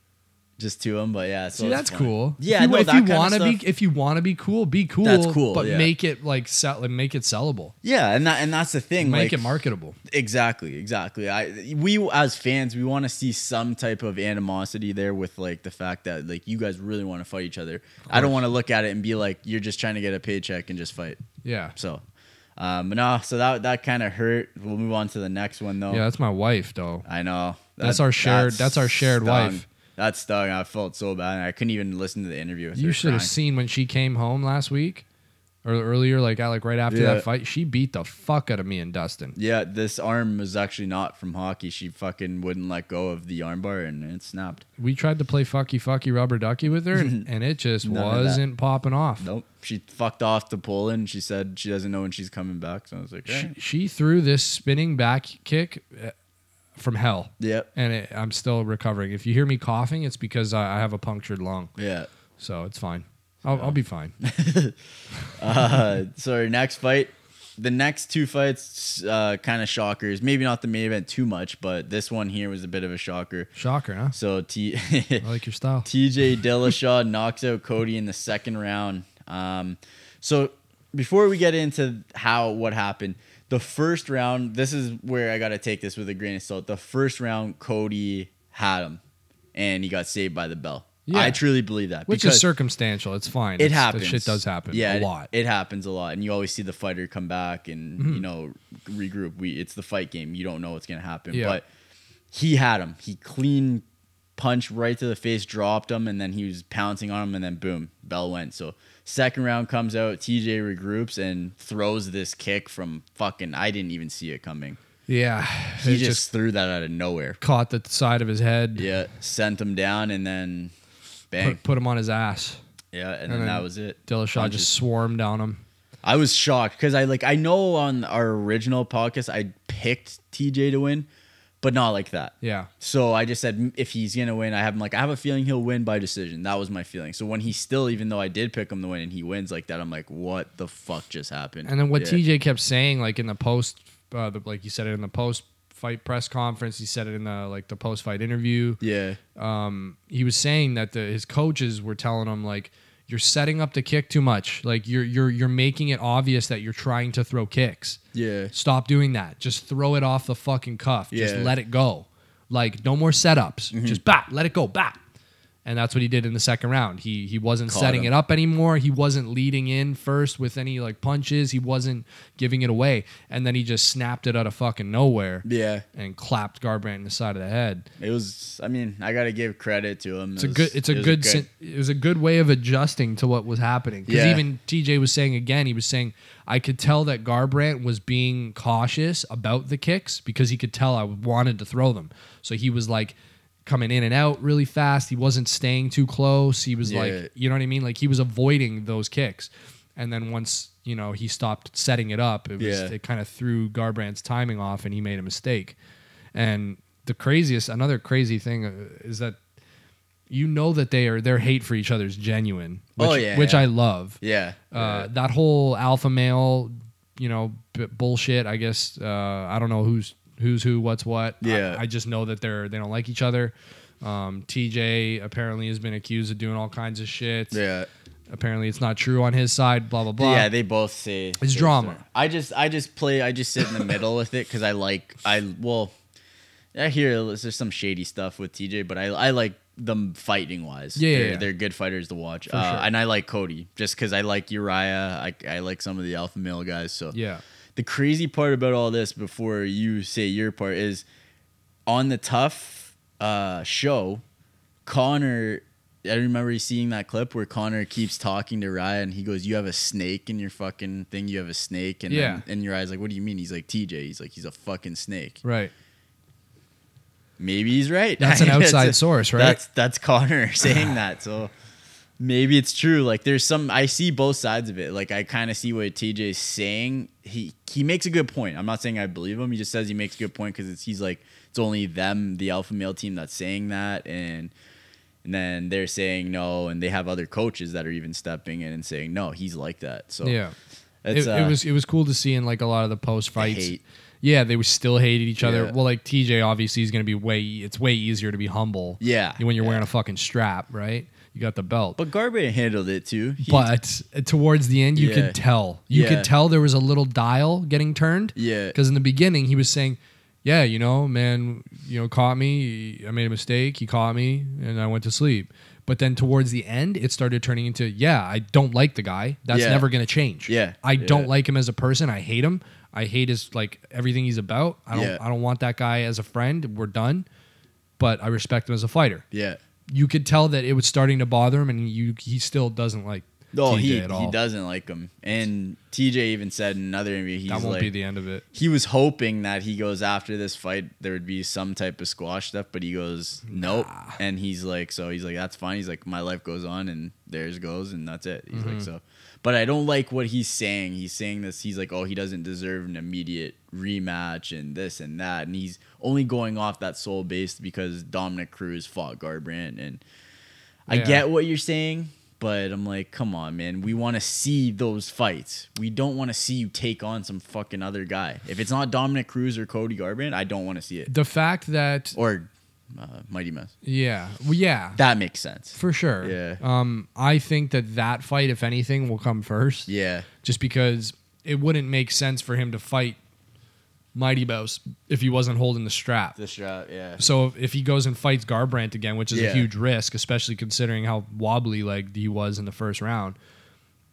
S1: just to him. But yeah, so
S2: See,
S1: it's
S2: that's
S1: funny.
S2: cool.
S1: Yeah,
S2: if you,
S1: no,
S2: if
S1: that
S2: you
S1: kinda
S2: wanna
S1: stuff-
S2: be if you want to be cool, be cool.
S1: cool,
S2: but
S1: yeah.
S2: make it like sell, make it sellable,
S1: Yeah, and that and that's the thing.
S2: make
S1: like,
S2: it marketable.
S1: Exactly, exactly. I we as fans, we want to see some type of animosity there with like the fact that like you guys really want to fight each other. I don't want to look at it and be like you're just trying to get a paycheck and just fight.
S2: Yeah,
S1: So, um, but no, so that that kind of hurt. We'll move on to the next one though.
S2: yeah. That's my wife, though.
S1: I know.
S2: That's our shared- that's our shared
S1: stung.
S2: wife.
S1: That stung. I felt so bad. and I couldn't even listen to the interview. With
S2: You
S1: her
S2: should have
S1: crying.
S2: seen when she came home last week or earlier, like like right after
S1: Yeah.
S2: that fight. She beat the fuck out of me and Dustin.
S1: Yeah, this arm was actually not from hockey. She fucking wouldn't let go of the armbar and it snapped.
S2: We tried to play fucky fucky rubber ducky with her, and, and it just
S1: None of that.
S2: wasn't popping off.
S1: Nope. She fucked off to Poland. She said she doesn't know when she's coming back. So I was like,
S2: She,
S1: "Alright."
S2: she threw this spinning back kick uh, from hell,
S1: yep.
S2: and it, I'm still recovering. If you hear me coughing, it's because I, I have a punctured lung,
S1: Yeah.
S2: so it's fine. I'll, I'll be fine.
S1: Uh, so our next fight, the next two fights, uh, kind of shockers. Maybe not the main event too much, but this one here was a bit of a shocker.
S2: Shocker, huh?
S1: So T-
S2: I like your style.
S1: TJ Dillashaw knocks out Cody in the second round. Um, so before we get into how what happened, the first round, this is where I got to take this with a grain of salt. The first round, Cody had him, and he got saved by the bell.
S2: Yeah.
S1: I truly believe that
S2: Which
S1: because
S2: is circumstantial. It's fine.
S1: it
S2: It's-
S1: happens.
S2: That shit does happen.
S1: Yeah,
S2: a
S1: it-
S2: lot. Mm-hmm.
S1: It, happens a lot, and you always see the fighter come back and you know regroup. We it's the fight game. You don't know what's gonna happen,
S2: Yeah.
S1: but he had him. He clean punched right to the face, dropped him, and then he was pouncing on him, and then boom, bell went. So second round comes out. TJ regroups and throws this kick from fucking. I didn't even see it coming.
S2: yeah,
S1: He
S2: it
S1: just, threw that out of nowhere.
S2: caught the side of his head.
S1: Yeah, sent him down, and then bang.
S2: put, put him on his ass.
S1: yeah, and, then,
S2: then
S1: that was it.
S2: Dillashaw
S1: Punches.
S2: just swarmed on him.
S1: I was shocked because I like I know on our original podcast I picked TJ to win, but not like that.
S2: Yeah.
S1: So I just said "Mm, if he's gonna win, I have him like I have a feeling he'll win by decision. That was my feeling. So when he still, even though I did pick him to win and he wins like that, I'm like, what the fuck just happened?
S2: And then what
S1: Yeah.
S2: TJ kept saying, like in the post, uh, the, like you said it in the post fight press conference, he said it in the like the post fight interview.
S1: Yeah,
S2: Um, he was saying that the, his coaches were telling him like you're setting up the kick too much. Like you're you're you're making it obvious that you're trying to throw kicks.
S1: yeah,
S2: Stop doing that. Just throw it off the fucking cuff. Just
S1: Yeah. Mm-hmm.
S2: let it go. Like no more setups. Just bat. Let it go. Bat. And that's what he did in the second round. He he wasn't
S1: Caught
S2: setting
S1: him.
S2: it up anymore. He wasn't leading in first with any like punches. He wasn't giving it away. And then he just snapped it out of fucking nowhere
S1: yeah.
S2: and clapped Garbrandt in the side of the head.
S1: It was. I mean, I gotta give credit to him.
S2: It's a good. It's a good. syn- It was a good way of adjusting to what was happening. Because
S1: Yeah.
S2: even TJ was saying again, he was saying I could tell that Garbrandt was being cautious about the kicks because he could tell I wanted to throw them. So he was like coming in and out really fast. He wasn't staying too close. He was
S1: Yeah.
S2: like, you know what I mean? Like he was avoiding those kicks. And then once you know he stopped setting it up, it was
S1: Yeah.
S2: it kind of threw Garbrandt's timing off, and he made a mistake. And the craziest, another crazy thing uh, is that you know that they are their hate for each other is genuine, which,
S1: Oh, yeah,
S2: which
S1: yeah.
S2: I love.
S1: yeah.
S2: Uh, That whole alpha male, you know, b- bullshit. I guess uh, I don't know who's who's who, what's what. I-
S1: Yeah.
S2: I, just know that they're they don't like each other. Um, TJ apparently has been accused of doing all kinds of shit.
S1: yeah.
S2: apparently it's not true on his side. Blah blah blah.
S1: Yeah, they both say
S2: It's
S1: say
S2: drama.
S1: sorry. I just I just play I just sit in the middle with it because I like I well I hear there's some shady stuff with TJ, but I I like them fighting wise.
S2: Yeah, yeah,
S1: they're,
S2: yeah.
S1: they're good fighters to watch.
S2: For
S1: Uh,
S2: sure.
S1: And I like Cody just because I like Uriah. I I like some of the alpha male guys. So
S2: yeah.
S1: the crazy part about all this before you say your part is on the tough uh, show connor i remember seeing that clip where connor keeps talking to ryan and he goes you have a snake in your fucking thing you have a snake and
S2: Yeah.
S1: then, and your eyes like what do you mean he's like tj he's like he's a fucking snake
S2: Right.
S1: maybe he's right
S2: That's an outside
S1: a-
S2: source, right?
S1: that's that's connor saying that so maybe it's true like there's some i see both sides of it like i kind of see what tj's saying he he makes a good point i'm not saying i believe him he just says he makes a good point because he's like it's only them the alpha male team that's saying that and and then they're saying no and they have other coaches that are even stepping in and saying no he's like that so
S2: yeah.
S1: it's,
S2: it,
S1: uh,
S2: it was it was cool to see in like a lot of the post fights.
S1: hate.
S2: Yeah, they were still hated each other.
S1: Yeah.
S2: Well, like TJ obviously is going to be way it's way easier to be humble.
S1: Yeah,
S2: When you're
S1: yeah.
S2: wearing a fucking strap, right? You got the belt.
S1: but garber handled it too He-
S2: but uh, towards the end you
S1: Yeah.
S2: could tell you
S1: Yeah.
S2: could tell there was a little dial getting turned
S1: Yeah.
S2: because in the beginning he was saying yeah you know man you know caught me i made a mistake he caught me and i went to sleep but then towards the end it started turning into yeah i don't like the guy that's
S1: Yeah.
S2: never going to change
S1: Yeah.
S2: i don't
S1: Yeah.
S2: like him as a person i hate him i hate his like everything he's about i don't
S1: Yeah.
S2: i don't want that guy as a friend we're done but i respect him as a fighter
S1: yeah
S2: you could tell that it was starting to bother him, and you he still doesn't like
S1: no,
S2: TJ
S1: Oh, he,
S2: at all.
S1: he doesn't like him. And TJ even said in another interview, he's
S2: that won't
S1: like,
S2: be the end of it.
S1: he was hoping that he goes after this fight there would be some type of squash stuff but he goes nope and he's like so he's like that's fine he's like my life goes on and theirs goes and that's it he's
S2: Mm-hmm.
S1: like so but i don't like what he's saying he's saying this he's like oh he doesn't deserve an immediate rematch and this and that and he's only going off that sole base because dominic cruz fought garbrandt and i
S2: Yeah.
S1: get what you're saying but I'm like, come on, man. We want to see those fights. We don't want to see you take on some fucking other guy. If it's not Dominic Cruz or Cody Garbrandt, I don't want to see it.
S2: The fact that
S1: Or uh, Mighty Mouse.
S2: yeah, well, yeah,
S1: That makes sense.
S2: for sure.
S1: Yeah.
S2: Um, I think that that fight, if anything, will come first.
S1: Yeah.
S2: Just because it wouldn't make sense for him to fight Mighty Mouse if he wasn't holding the strap.
S1: The strap. Yeah.
S2: so if, if he goes and fights Garbrandt again, which is a
S1: Yeah.
S2: huge risk, especially considering how wobbly legged he was in the first round,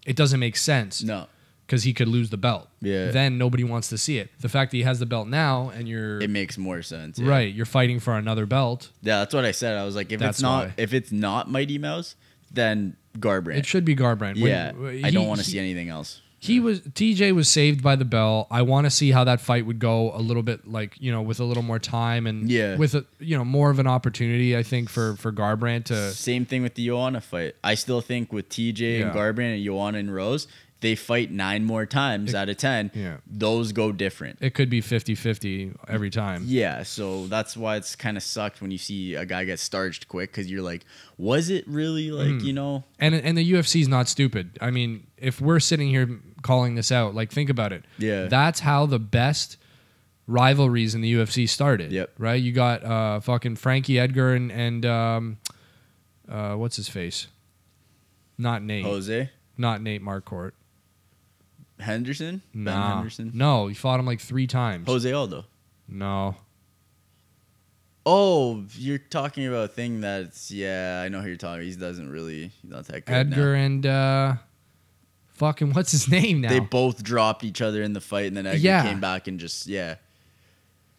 S2: it doesn't make sense.
S1: No.
S2: because he could lose the belt.
S1: Yeah.
S2: Then nobody wants to see it. The fact that he has the belt now and you're
S1: It makes more sense. yeah.
S2: right, you're fighting for another belt.
S1: Yeah, that's what I said. I was like, if
S2: That's
S1: it's not
S2: why.
S1: if it's not Mighty Mouse, then Garbrandt.
S2: It should be Garbrandt. When-
S1: yeah. I
S2: he-
S1: don't want to
S2: he-
S1: see anything else.
S2: He was TJ was saved by the bell. I want to see how that fight would go a little bit like you know with a little more time and
S1: Yeah.
S2: with a you know more of an opportunity I think for for Garbrandt to
S1: Same thing with the Joanna fight. I still think with TJ
S2: Yeah.
S1: and Garbrandt and Joanna and Rose, they fight nine more times out of ten.
S2: yeah.
S1: Those go different.
S2: it could be 50-50 every time.
S1: Yeah, so that's why it's kind of sucked when you see a guy get starched quick because you're like, was it really like
S2: Hmm.
S1: you know?
S2: And and the UFC's not stupid. I mean, if we're sitting here calling this out, like think about it.
S1: Yeah.
S2: That's how the best rivalries in the UFC started.
S1: Yep.
S2: Right? You got uh fucking Frankie Edgar and and um uh what's his face? Not Nate.
S1: Jose
S2: Not Nate Marcourt.
S1: Henderson,
S2: Nah.
S1: Ben Henderson,
S2: No, he fought him like 3 times.
S1: Jose Aldo.
S2: no.
S1: Oh, you're talking about a thing that's yeah, I know who you're talking. He doesn't really, he's not that good. now.
S2: Edgar and uh fucking what's his name now?
S1: They both dropped each other in the fight, and then Edgar
S2: Yeah.
S1: came back and just yeah.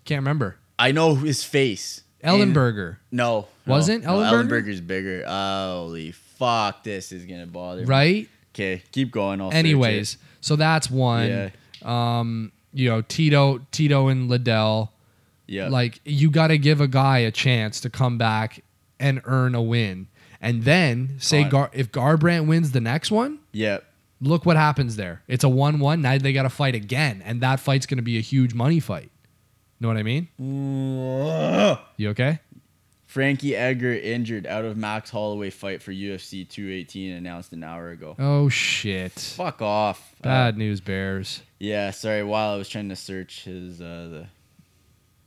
S2: Can't remember.
S1: I know his face.
S2: Ellenberger.
S1: And- no,
S2: Wasn't
S1: no,
S2: Ellenberger?
S1: Ellenberger's bigger. Holy fuck, this is gonna bother. me.
S2: Right?
S1: Okay, keep going. I'll search it.
S2: Anyways, so that's one.
S1: Yeah.
S2: Um, you know, Tito, Tito and Liddell.
S1: yeah,
S2: Like you got to give a guy a chance to come back and earn a win, and then say
S1: Fine.
S2: Gar- if Garbrandt wins the next one,
S1: yeah.
S2: look what happens there. It's a one-one. Now they got to fight again, and that fight's going to be a huge money fight. Know what I mean? You okay?
S1: Frankie Edgar injured out of Max Holloway fight for UFC 218 announced an hour ago.
S2: Oh shit!
S1: Fuck off. Uh,
S2: Bad news, Bears.
S1: yeah, sorry. While I was trying to search his uh, the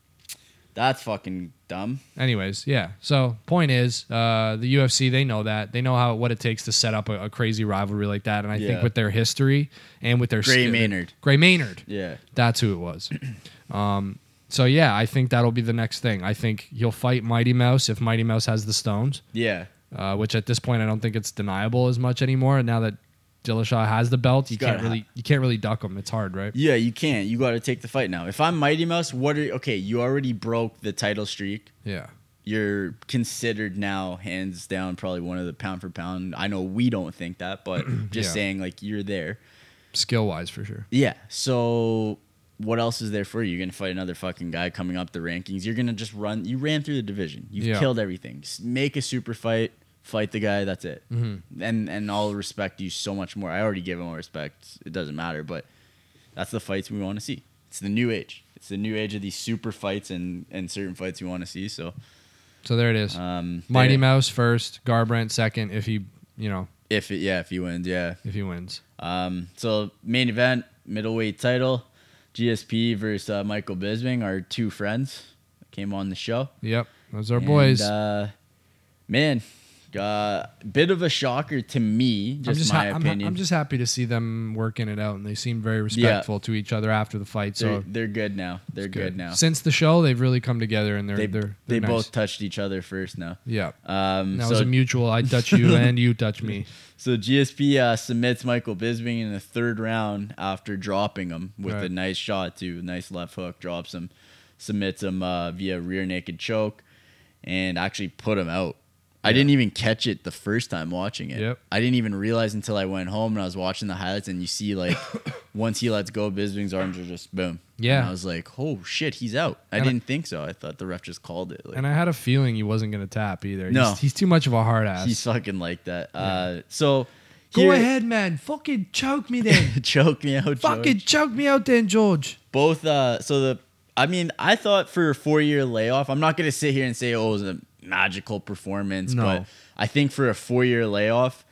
S1: That's fucking dumb.
S2: Anyways, yeah. So point is, uh, the UFC they know that they know how what it takes to set up a, a crazy rivalry like that, and I think
S1: Yeah.
S2: with their history and with their
S1: Gray
S2: skill-
S1: Maynard.
S2: Gray Maynard,
S1: Yeah.
S2: that's who it was. um, so yeah, I think that'll be the next thing. I think he'll fight Mighty Mouse if Mighty Mouse has the stones,
S1: Yeah.
S2: uh, which at this point I don't think it's deniable as much anymore. And now that Dillashaw has the belt, you
S1: gotta
S2: can't really you can't really duck him. It's hard, right?
S1: Yeah, you can't. You got to take the fight now. If I'm Mighty Mouse, what are okay? You already broke the title streak.
S2: Yeah.
S1: You're considered now, hands down, probably one of the pound for pound. I know we don't think that, but just
S2: Yeah.
S1: saying, like you're there.
S2: Skill wise, for sure.
S1: Yeah. So what else is there for you? You're gonna fight another fucking guy coming up the rankings. You're gonna just run. You ran through the division. You've
S2: Yeah.
S1: killed everything. Just make a super fight. Fight the guy. That's it. Mm-hmm. And and I'll respect you so much more. I already give him all respect. It doesn't matter. But that's the fights we want to see. It's the new age. It's the new age of these super fights and and certain fights we want to see. So
S2: So there it is.
S1: um,
S2: Mighty
S1: yeah,
S2: Mouse first, Garbrandt second. If he, you know,
S1: If it, yeah, if he wins, yeah.
S2: if he wins,
S1: Um, so main event, middleweight title, GSP versus uh, Michael Bisping, our two friends that came on the show.
S2: yep, those are boys.
S1: And, uh, man, uh, bit of a shocker to me, just,
S2: I'm just,
S1: my
S2: ha- I'm, ha-
S1: opinion.
S2: I'm just happy to see them working it out, and they seem very
S1: Yeah.
S2: respectful to each other after the fight. So
S1: they're,
S2: it's
S1: they're good now. They're good. now.
S2: Since the show, they've really come together, and they're
S1: They
S2: they, are they
S1: they
S2: are nice.
S1: both touched each other first now.
S2: yeah.
S1: Um,
S2: And that
S1: so,
S2: was a mutual. I touch you, and you touch me.
S1: so GSP uh, submits Michael Bisping in the third round after dropping him with a
S2: Right.
S1: nice shot too, nice left hook, drops him, submits him uh, via rear naked choke, and actually put him out. I didn't even catch it the first time watching it.
S2: Yep.
S1: I didn't even realize until I went home and I was watching the highlights, and you see like once he lets go, Bisping's arms are just boom.
S2: Yeah.
S1: and I was like, oh shit, he's out. I
S2: And I-
S1: didn't think so. I thought the ref just called it. Like,
S2: And I had a feeling he wasn't going to tap either.
S1: No.
S2: he's, he's too much of a hard ass.
S1: he's fucking like that. Uh, so
S2: Go
S1: here-
S2: ahead, man. Fucking choke me then.
S1: choke me out. George.
S2: Fucking choke me out then, George.
S1: both uh so the i mean i thought for a four year layoff i'm not gonna sit here and say oh it was a magical performance
S2: No.
S1: but i think for a four year layoff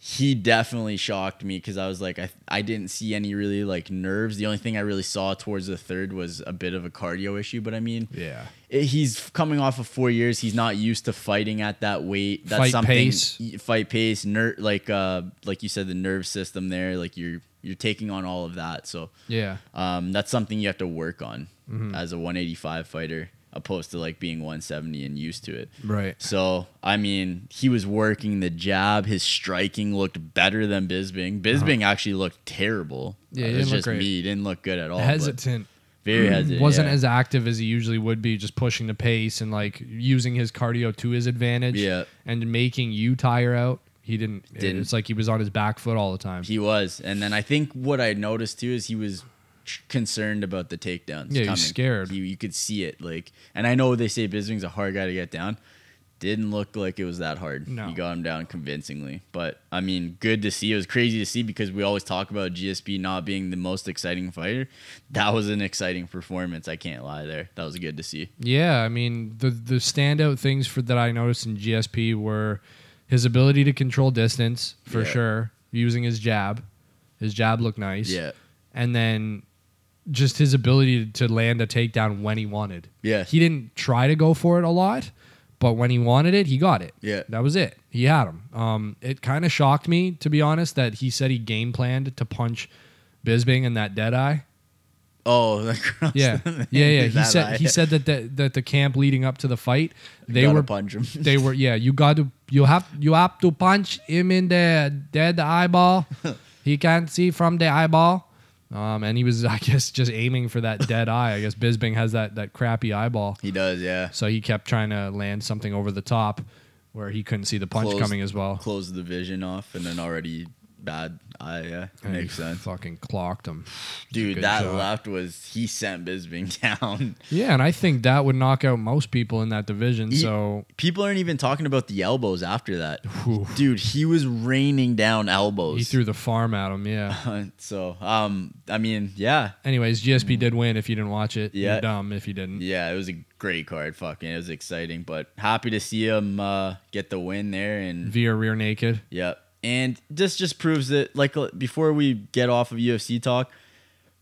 S1: he definitely shocked me because i was like I, I didn't see any really like nerves the only thing i really saw towards the third was a bit of a cardio issue but i mean
S2: Yeah.
S1: it- he's coming off of four years. He's not used to fighting at that weight. That's
S2: Fight
S1: something
S2: pace.
S1: y- fight pace, ner- like uh, like you said, the nerve system there. Like you're you're taking on all of that. So
S2: Yeah.
S1: um, that's something you have to work on
S2: Mm-hmm.
S1: as a 185 fighter, opposed to like being 170 and used to it.
S2: Right.
S1: So I mean, he was working the jab. His striking looked better than Bisbing. Bisbing actually looked terrible.
S2: Uh-huh. Yeah,
S1: it
S2: he
S1: was
S2: didn't look
S1: just
S2: great.
S1: me. He didn't look good at all. but
S2: Hesitant.
S1: very hesitant.
S2: wasn't
S1: yeah.
S2: as active as he usually would be, just pushing the pace and like using his cardio to his advantage.
S1: Yeah.
S2: And making you tire out. He didn't. it-
S1: Didn't.
S2: It's like he was on his back foot all the time.
S1: He was, and then I think what I noticed too is he was ch- concerned about the takedowns.
S2: Yeah, he was
S1: coming.
S2: scared.
S1: He, you could see it, like, and I know they say Bisping's a hard guy to get down. Didn't look like it was that hard.
S2: No.
S1: He got him down convincingly, but I mean, good to see. It was crazy to see because we always talk about GSP not being the most exciting fighter. That was an exciting performance. I can't lie. There, that was good to see.
S2: yeah. I mean, the the standout things for that I noticed in GSP were his ability to control distance for
S1: Yeah.
S2: sure, using his jab. His jab looked nice.
S1: Yeah,
S2: And then just his ability to land a takedown when he wanted.
S1: yeah,
S2: He didn't try to go for it a lot, but when he wanted it, he got it.
S1: Yeah.
S2: That was it. He had him. Um, it kind of shocked me, to be honest, that he said he game planned to punch Bisbing in that dead eye.
S1: oh, that crossed
S2: Yeah.
S1: the-
S2: yeah, yeah. He
S1: that
S2: said
S1: eye.
S2: he said that the, that the camp leading up to the fight, they
S1: Gotta
S2: were
S1: punch him.
S2: they were yeah, you got to you have you have to punch him in the dead eyeball. he can't see from the eyeball. Um, and he was, I guess, just aiming for that dead eye. I guess Bisbing has that, that crappy eyeball.
S1: he does. Yeah,
S2: So he kept trying to land something over the top where he couldn't see the punch
S1: Closed-
S2: coming as well.
S1: close the vision off, and then already bad. eye. yeah,
S2: And he
S1: makes sense.
S2: Fucking clocked him.
S1: Dude,
S2: good
S1: that
S2: shot.
S1: left was he sent Bisbing down.
S2: Yeah, and I think that would knock out most people in that division.
S1: Ye-
S2: so
S1: People aren't even talking about the elbows after that.
S2: Whew.
S1: Dude, he was raining down elbows.
S2: he threw the farm at him. Yeah.
S1: so, um, I mean, yeah,
S2: Anyways, GSP did win. If you didn't watch it,
S1: Mm. Yeah.
S2: you're dumb. If you didn't,
S1: yeah, it was a great card. Fucking, it was exciting, but happy to see him uh, get the win there and
S2: via rear naked.
S1: Yep. And this just proves that, like, uh, l- before we get off of UFC talk,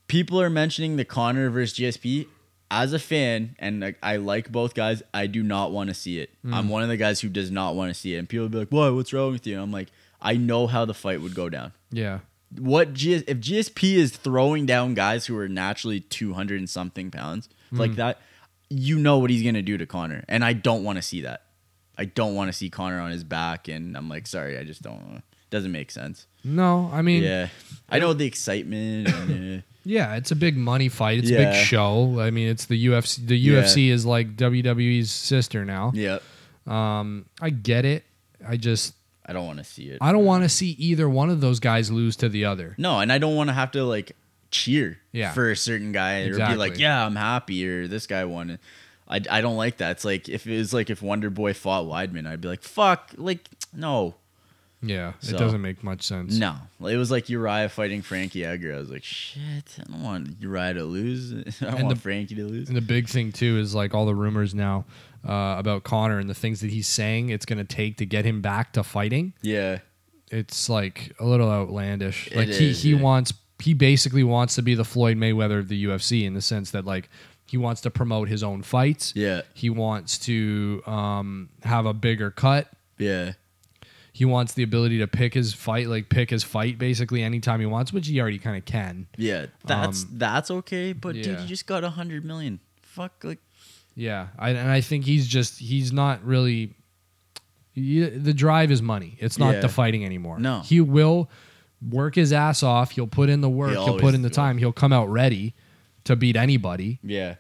S1: people are mentioning the Connor versus GSP. as a fan, and like, I like both guys, I do not want to see it. I'm one of the guys who does not want to see it. And people be like, "Why? What's wrong with you?" And I'm like, I know how the fight would go down.
S2: Yeah.
S1: What GS- if GSP is throwing down guys who are naturally 200 and something pounds
S2: Hmm.
S1: like that? You know what he's gonna do to Connor, and I don't want to see that. I don't want to see Connor on his back, and I'm like, sorry, I just don't. wanna- Doesn't make sense.
S2: No, I mean, yeah,
S1: Yeah, I know the excitement. and, uh,
S2: it's a big money fight. It's a
S1: Yeah.
S2: big show. I mean, it's the UFC. The
S1: Yeah.
S2: UFC is like WWE's sister now.
S1: yeah,
S2: Um, I get it. I just
S1: I don't want to see it.
S2: I don't want to see either one of those guys lose to the other.
S1: No, and I don't want to have to like cheer
S2: Yeah.
S1: for a certain guy or be like,
S2: Exactly.
S1: yeah, I'm happy or this guy won. I, I don't like that. It's like if it was like if Wonder Boy fought Weidman, I'd be like, fuck, like no,
S2: Yeah,
S1: So-
S2: it doesn't make much sense.
S1: no. It was like Uriah fighting Frankie Edgar. I was like, shit, I don't want Uriah to lose. I don't
S2: And
S1: want
S2: the-
S1: Frankie to lose.
S2: And the big thing too is like all the rumors now uh, about Connor and the things that he's saying it's going to take to get him back to fighting.
S1: Yeah,
S2: It's like a little outlandish.
S1: It
S2: like he
S1: is,
S2: he
S1: yeah.
S2: wants he basically wants to be the Floyd Mayweather of the UFC in the sense that like he wants to promote his own fights.
S1: Yeah.
S2: He wants to um, have a bigger cut.
S1: yeah,
S2: He wants the ability to pick his fight, like pick his fight basically anytime he wants, which he already kind of can.
S1: yeah. That's that's okay, but dude,
S2: Um, yeah.
S1: you just got a hundred million. Fuck, like
S2: Yeah, I, and I think he's just he's not really. he- the drive is money. It's not
S1: Yeah.
S2: the fighting anymore.
S1: No.
S2: he will work his ass off. He'll put in the work. He will
S1: always
S2: put in the
S1: will.
S2: time. He'll come out ready to beat anybody.
S1: yeah,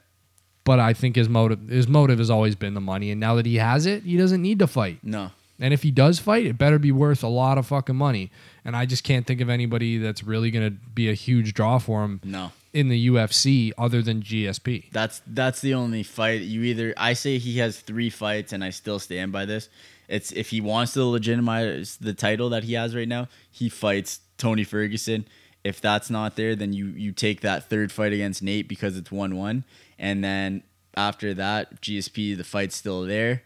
S2: But I think his motive his motive has always been the money. And now that he has it, he doesn't need to fight.
S1: no,
S2: And if he does fight, it better be worth a lot of fucking money. And I just can't think of anybody that's really going to be a huge draw for him
S1: no.
S2: in the UFC other than GSP.
S1: That's that's the only fight you either. I say he has three fights, and I still stand by this. It's if he wants to legitimize the title that he has right now, he fights Tony Ferguson. If that's not there, then you you take that third fight against Nate because it's one one, and then after that, GSP the fight's still there.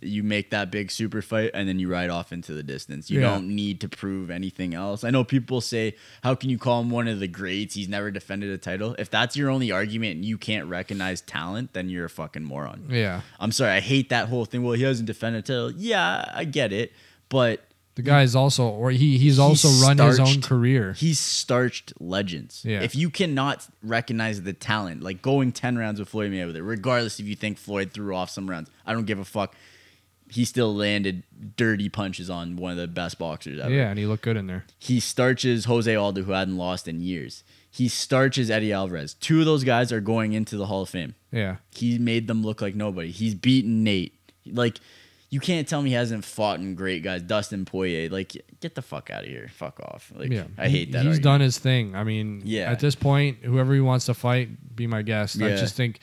S1: You make that big super fight, and then you ride off into the distance. You
S2: Yeah.
S1: don't need to prove anything else. I know people say, "How can you call him one of the greats? He's never defended a title." If that's your only argument and you can't recognize talent, then you're a fucking moron.
S2: Yeah.
S1: I'm sorry, I hate that whole thing. Well, he hasn't defended a title. Yeah, I get it, but
S2: The guy's also, or he he's, also run his own
S1: starched-
S2: career.
S1: He's starched legends.
S2: Yeah.
S1: If you cannot recognize the talent, like going ten rounds with Floyd Mayweather, regardless if you think Floyd threw off some rounds, I don't give a fuck. He still landed dirty punches on one of the best boxers ever.
S2: yeah, and he looked good in there.
S1: He starches Jose Aldo, who hadn't lost in years. He starches Eddie Alvarez. Two of those guys are going into the Hall of Fame.
S2: Yeah,
S1: He made them look like nobody. He's beaten Nate. Like, you can't tell me he hasn't fought in great guys. Dustin Poirier. Like, get the fuck out of here. Fuck off. Like,
S2: yeah.
S1: I hate that.
S2: He's
S1: argument.
S2: done his thing. I mean,
S1: Yeah.
S2: At this point, whoever he wants to fight, be my guest. I
S1: Yeah.
S2: just think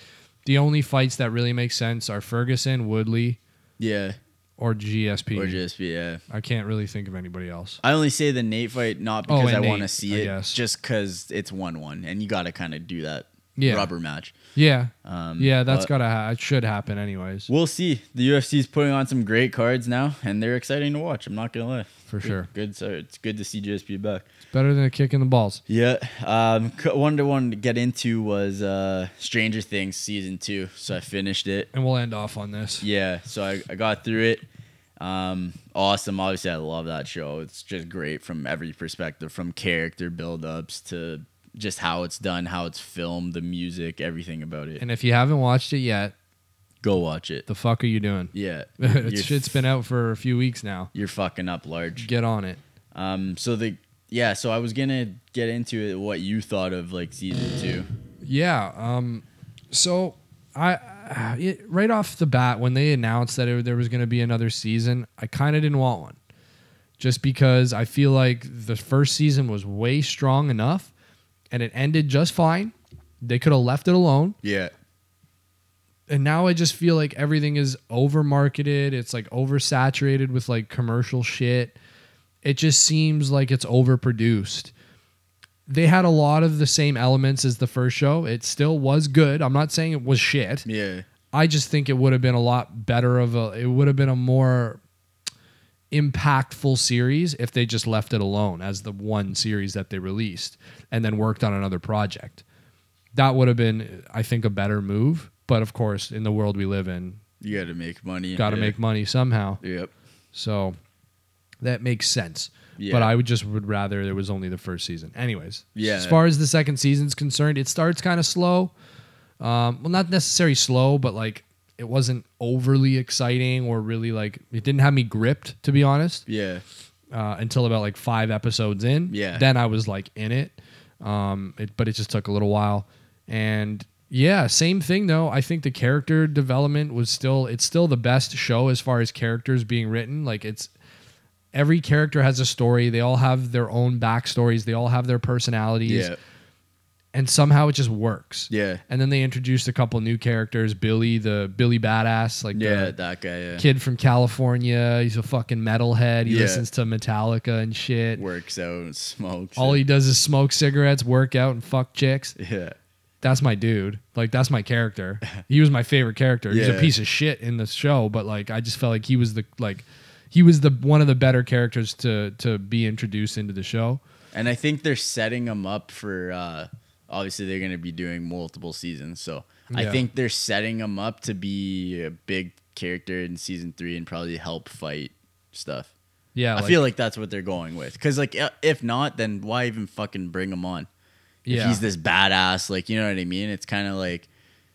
S2: the only fights that really make sense are Ferguson, Woodley,
S1: Yeah.
S2: or GSP.
S1: Or just yeah.
S2: I can't really think of anybody else.
S1: I only say the Nate fight not
S2: Oh,
S1: because I
S2: and
S1: want to
S2: Nate,
S1: see
S2: I
S1: it,
S2: guess.
S1: just because it's one one, and you got to kind of do that
S2: Yeah.
S1: rubber match.
S2: Yeah,
S1: Um,
S2: yeah, that's
S1: but-
S2: gotta ha- it should happen anyways
S1: We'll see. The UFC's putting on some great cards now, and they're exciting to watch. I'm not gonna lie.
S2: for
S1: Good-
S2: sure.
S1: Good. So it's good to see GSP back.
S2: It's better than a kick in the balls.
S1: Yeah. Um. c- One to one to get into was uh Stranger Things season two. So I finished it.
S2: And we'll end off on this.
S1: Yeah. So I, I got through it. Um, awesome. Obviously, I love that show. It's just great from every perspective, from character build-ups to just how it's done, how it's filmed, the music, everything about it.
S2: And if you haven't watched it yet,
S1: Go watch it.
S2: the fuck are you doing?
S1: Yeah.
S2: It's
S1: you're,
S2: shit's been out for a few weeks now.
S1: you're fucking up large.
S2: Get on it.
S1: Um, so the yeah, so I was gonna get into it, what you thought of like season two.
S2: Yeah. Um, so I uh, it, right off the bat when they announced that it, there was going to be another season, I kind of didn't want one, just because I feel like the first season was way strong enough, and it ended just fine. They could have left it alone,
S1: Yeah.
S2: and now I just feel like everything is over marketed. It's like oversaturated with like commercial shit. It just seems like it's overproduced. They had a lot of the same elements as the first show. It still was good. I'm not saying it was shit.
S1: Yeah.
S2: I just think it would have been a lot better of a it would have been a more impactful series if they just left it alone as the one series that they released and then worked on another project. that would have been, I think, a better move. But of course, in the world we live in,
S1: You got to make money.
S2: you got to make money somehow.
S1: Yep.
S2: So that makes sense.
S1: Yeah.
S2: But I would just would rather there was only the first season. Anyways,
S1: Yeah.
S2: As far as the second season's concerned, it starts kind of slow. Um, well, not necessarily slow, but like it wasn't overly exciting or really like it didn't have me gripped to be honest
S1: Yeah.
S2: uh, until about like five episodes in.
S1: Yeah.
S2: Then I was like in it. Um, it, but it just took a little while. And yeah, same thing though. I think the character development was still it's still the best show as far as characters being written. Like it's every character has a story. They all have their own backstories. They all have their personalities.
S1: Yeah.
S2: And somehow it just works.
S1: Yeah.
S2: And then they introduced a couple new characters. Billy, the Billy badass, like the-
S1: Yeah. That guy. Yeah.
S2: kid from California. He's a fucking metalhead. He
S1: Yeah.
S2: listens to Metallica and shit.
S1: Works out and smokes.
S2: All
S1: and-
S2: he does is smoke cigarettes, work out, and fuck chicks.
S1: yeah.
S2: That's my dude. Like that's my character. He was my favorite character. He was a
S1: Yeah.
S2: piece of shit in the show, but like I just felt like he was the like he was the one of the better characters to to be introduced into the show.
S1: And I think they're setting him up for uh obviously they're going to be doing multiple seasons. So I
S2: Yeah.
S1: think they're setting him up to be a big character in season 3 and probably help fight stuff.
S2: Yeah,
S1: I feel like that's what they're going with cuz like i- if not then why even fucking bring him on? If
S2: yeah,
S1: he's this badass like you know what I mean? It's kind of like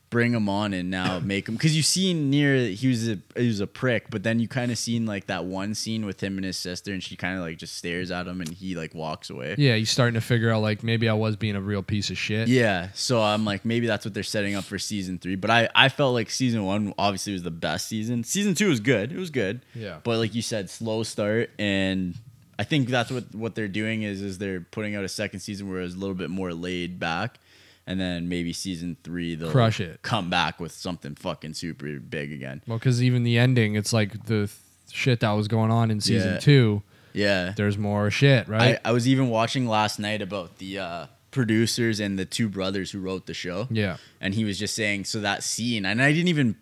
S1: bring him on and now make him cuz you seen near he was a he was a prick but then you kind of seen like that one scene with him and his sister and she kind of like just stares at him and he like walks away.
S2: yeah. He's starting to figure out like maybe I was being a real piece of shit.
S1: Yeah, so I'm like maybe that's what they're setting up for season three. But I I felt like season one obviously was the best season. Season two was good. It was good.
S2: Yeah.
S1: But like you said, slow start, and I think that's what what they're doing is is they're putting out a second season where it's a little bit more laid back, and then maybe season three they'll
S2: Crush it.
S1: come back with something fucking super big again.
S2: Well, because even the ending, it's like the th- shit that was going on in season
S1: Yeah.
S2: two.
S1: Yeah.
S2: There's more shit, right?
S1: I, I was even watching last night about the uh, producers and the two brothers who wrote the show.
S2: Yeah.
S1: And he was just saying, so that scene, and I didn't even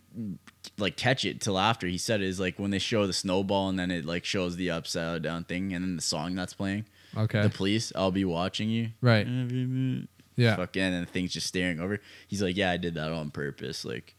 S1: like catch it till after he said it is like when they show the snowball and then it like shows the upside down thing and then the song that's playing.
S2: Okay.
S1: The Mm. police, I'll be watching you.
S2: Right.
S1: Every minute.
S2: Yeah.
S1: Fucking, and the thing's just staring over. He's like, yeah, I did that on purpose. Like,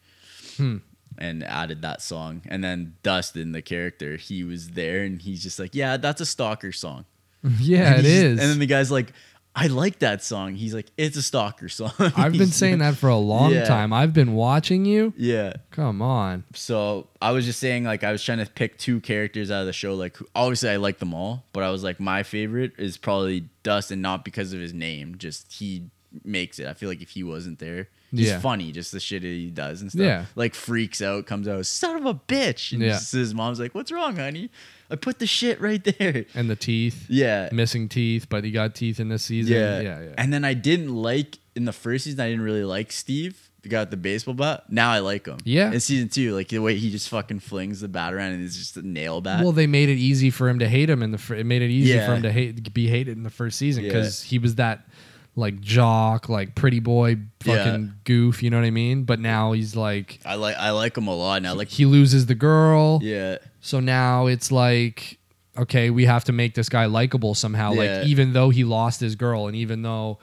S2: Hmm.
S1: and added that song. And then Dustin, the character, he was there and he's just like, yeah, that's a stalker song.
S2: yeah,
S1: And
S2: it
S1: he's-
S2: is.
S1: And then the guy's like, I like that song. He's like, it's a stalker song.
S2: I've been
S1: He's-
S2: saying that for a long
S1: Yeah.
S2: time. I've been watching you.
S1: Yeah.
S2: Come on.
S1: So I was just saying, like, I was trying to pick two characters out of the show. Like, who- obviously, I like them all, but I was like, my favorite is probably Dustin, not because of his name, just he makes it. I feel like if he wasn't there, he's
S2: Yeah.
S1: funny, just the shit that he does and stuff.
S2: Yeah.
S1: Like, freaks out, comes out, son of a bitch. And
S2: Yeah.
S1: just- his mom's like, what's wrong, honey? I put the shit right there.
S2: And the teeth.
S1: Yeah.
S2: Missing teeth, but he got teeth in this season.
S1: Yeah.
S2: Yeah. yeah.
S1: And then I didn't like in the first season. I didn't really like Steve. The guy with the baseball bat. Now I like him.
S2: Yeah.
S1: In season two, like the way he just fucking flings the bat around and it's just a nail bat.
S2: well, they made it easy for him to hate him in the. Fir- it made it easy
S1: uh, Yeah.
S2: for him to hate, be hated in the first season
S1: Yeah.
S2: because he was that, like jock, like pretty boy,
S1: Yeah.
S2: fucking goof. You know what I mean? But now he's like
S1: I like I like him a lot now. Like
S2: he loses the girl.
S1: yeah,
S2: So now it's like, okay, we have to make this guy likable somehow.
S1: Yeah.
S2: Like, even though he lost his girl, and even though,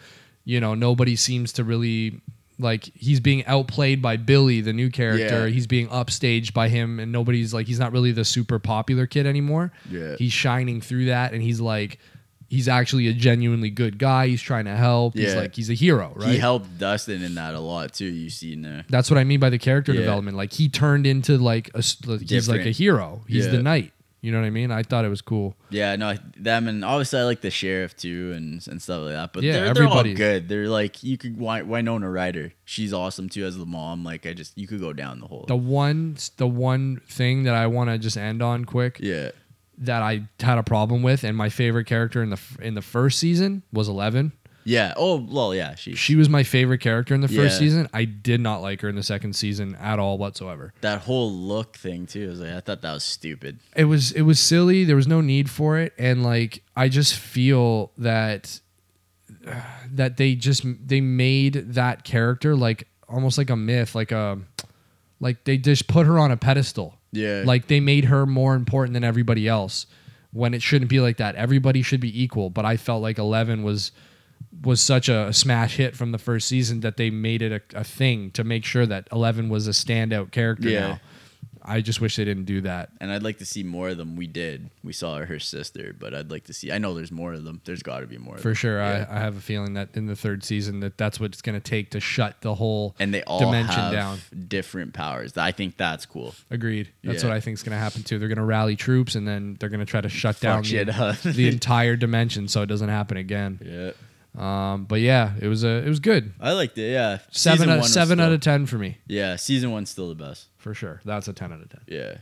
S2: you know, nobody seems to really like he's being outplayed by Billy, the new character.
S1: Yeah.
S2: He's being upstaged by him, and nobody's like, he's not really the super popular kid anymore.
S1: Yeah.
S2: He's shining through that, and he's like, he's actually a genuinely good guy. He's trying to help. He's
S1: Yeah.
S2: like, he's a hero, right?
S1: he helped Dustin in that a lot too. You see now.
S2: That's what I mean by the character
S1: Yeah.
S2: development. Like he turned into like a s- like, he's like a
S1: Different.
S2: hero. He's
S1: Yeah.
S2: the knight. You know what I mean? I thought it was cool.
S1: Yeah, no, I- them and obviously I like the sheriff too and and stuff like that. But
S2: Yeah,
S1: they're,
S2: everybody.
S1: they're all good. They're like you could Wi- Winona Ryder. She's awesome too as the mom. Like I just you could go down the whole.
S2: The one the one thing that I want to just end on quick
S1: yeah,
S2: that I had a problem with and my favorite character in the f- in the first season was 11.
S1: yeah. Oh, well, yeah. She
S2: She was my favorite character in the first
S1: Yeah.
S2: season. I did not like her in the second season at all whatsoever.
S1: That whole look thing too. I was like, I thought that was stupid.
S2: it was it was silly there was no need for it and like i just feel that that they just they made that character like almost like a myth like a like they just put her on a pedestal
S1: Yeah.
S2: like they made her more important than everybody else when it shouldn't be like that everybody should be equal but i felt like 11 was was such a smash hit from the first season that they made it a, a thing to make sure that Eleven was a standout character.
S1: Yeah.
S2: Now, I just wish they didn't do that.
S1: And I'd like to see more of them. We did. We saw her sister, but I'd like to see. I know there's more of them. There's got to be more. Of
S2: For
S1: them.
S2: sure,
S1: Yeah.
S2: I, I have a feeling that in the third season that that's what it's going to take to shut the whole
S1: and they all
S2: dimension
S1: have
S2: down.
S1: different powers. I think that's cool.
S2: Agreed. That's
S1: Yeah.
S2: what I think is going to happen too. They're going to rally troops and then they're going to try to shut down
S1: shit
S2: the,
S1: up.
S2: the entire dimension so it doesn't happen again.
S1: Yeah,
S2: Um, but yeah, it was a it was good.
S1: I liked it. Yeah,
S2: Seven
S1: Season
S2: out,
S1: one was
S2: seven out
S1: still-
S2: of ten for me
S1: yeah. Season one's still the best.
S2: for sure. That's a ten out of ten.
S1: Yeah.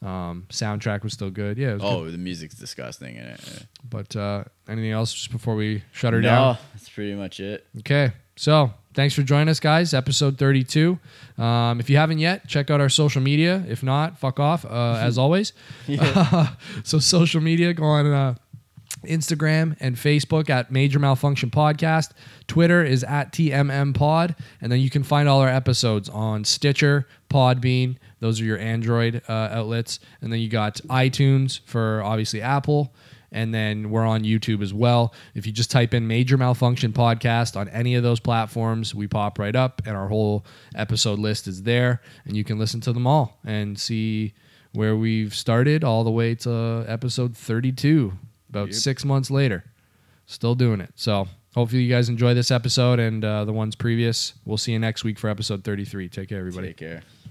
S2: Um, soundtrack was still good. Yeah. It was good.
S1: Oh, the music's disgusting in it. Yeah.
S2: But uh, anything else just before we shut her down?
S1: No, that's pretty much it.
S2: Okay. So thanks for joining us, guys. Episode 32. Um, if you haven't yet, check out our social media. If not, fuck off, uh, as always. so, social media, go on uh, Instagram and Facebook at Major Malfunction Podcast. Twitter is at TMM Pod. And then you can find all our episodes on Stitcher, Podbean. Those are your Android uh, outlets. And then you got iTunes for obviously Apple. And then we're on YouTube as well. If you just type in Major Malfunction Podcast on any of those platforms, we pop right up, and our whole episode list is there. And you can listen to them all and see where we've started all the way to episode 32, about six months later. Still doing it. So hopefully you guys enjoy this episode and uh, the ones previous. We'll see you next week for episode 33. Take care, everybody.
S1: Take care.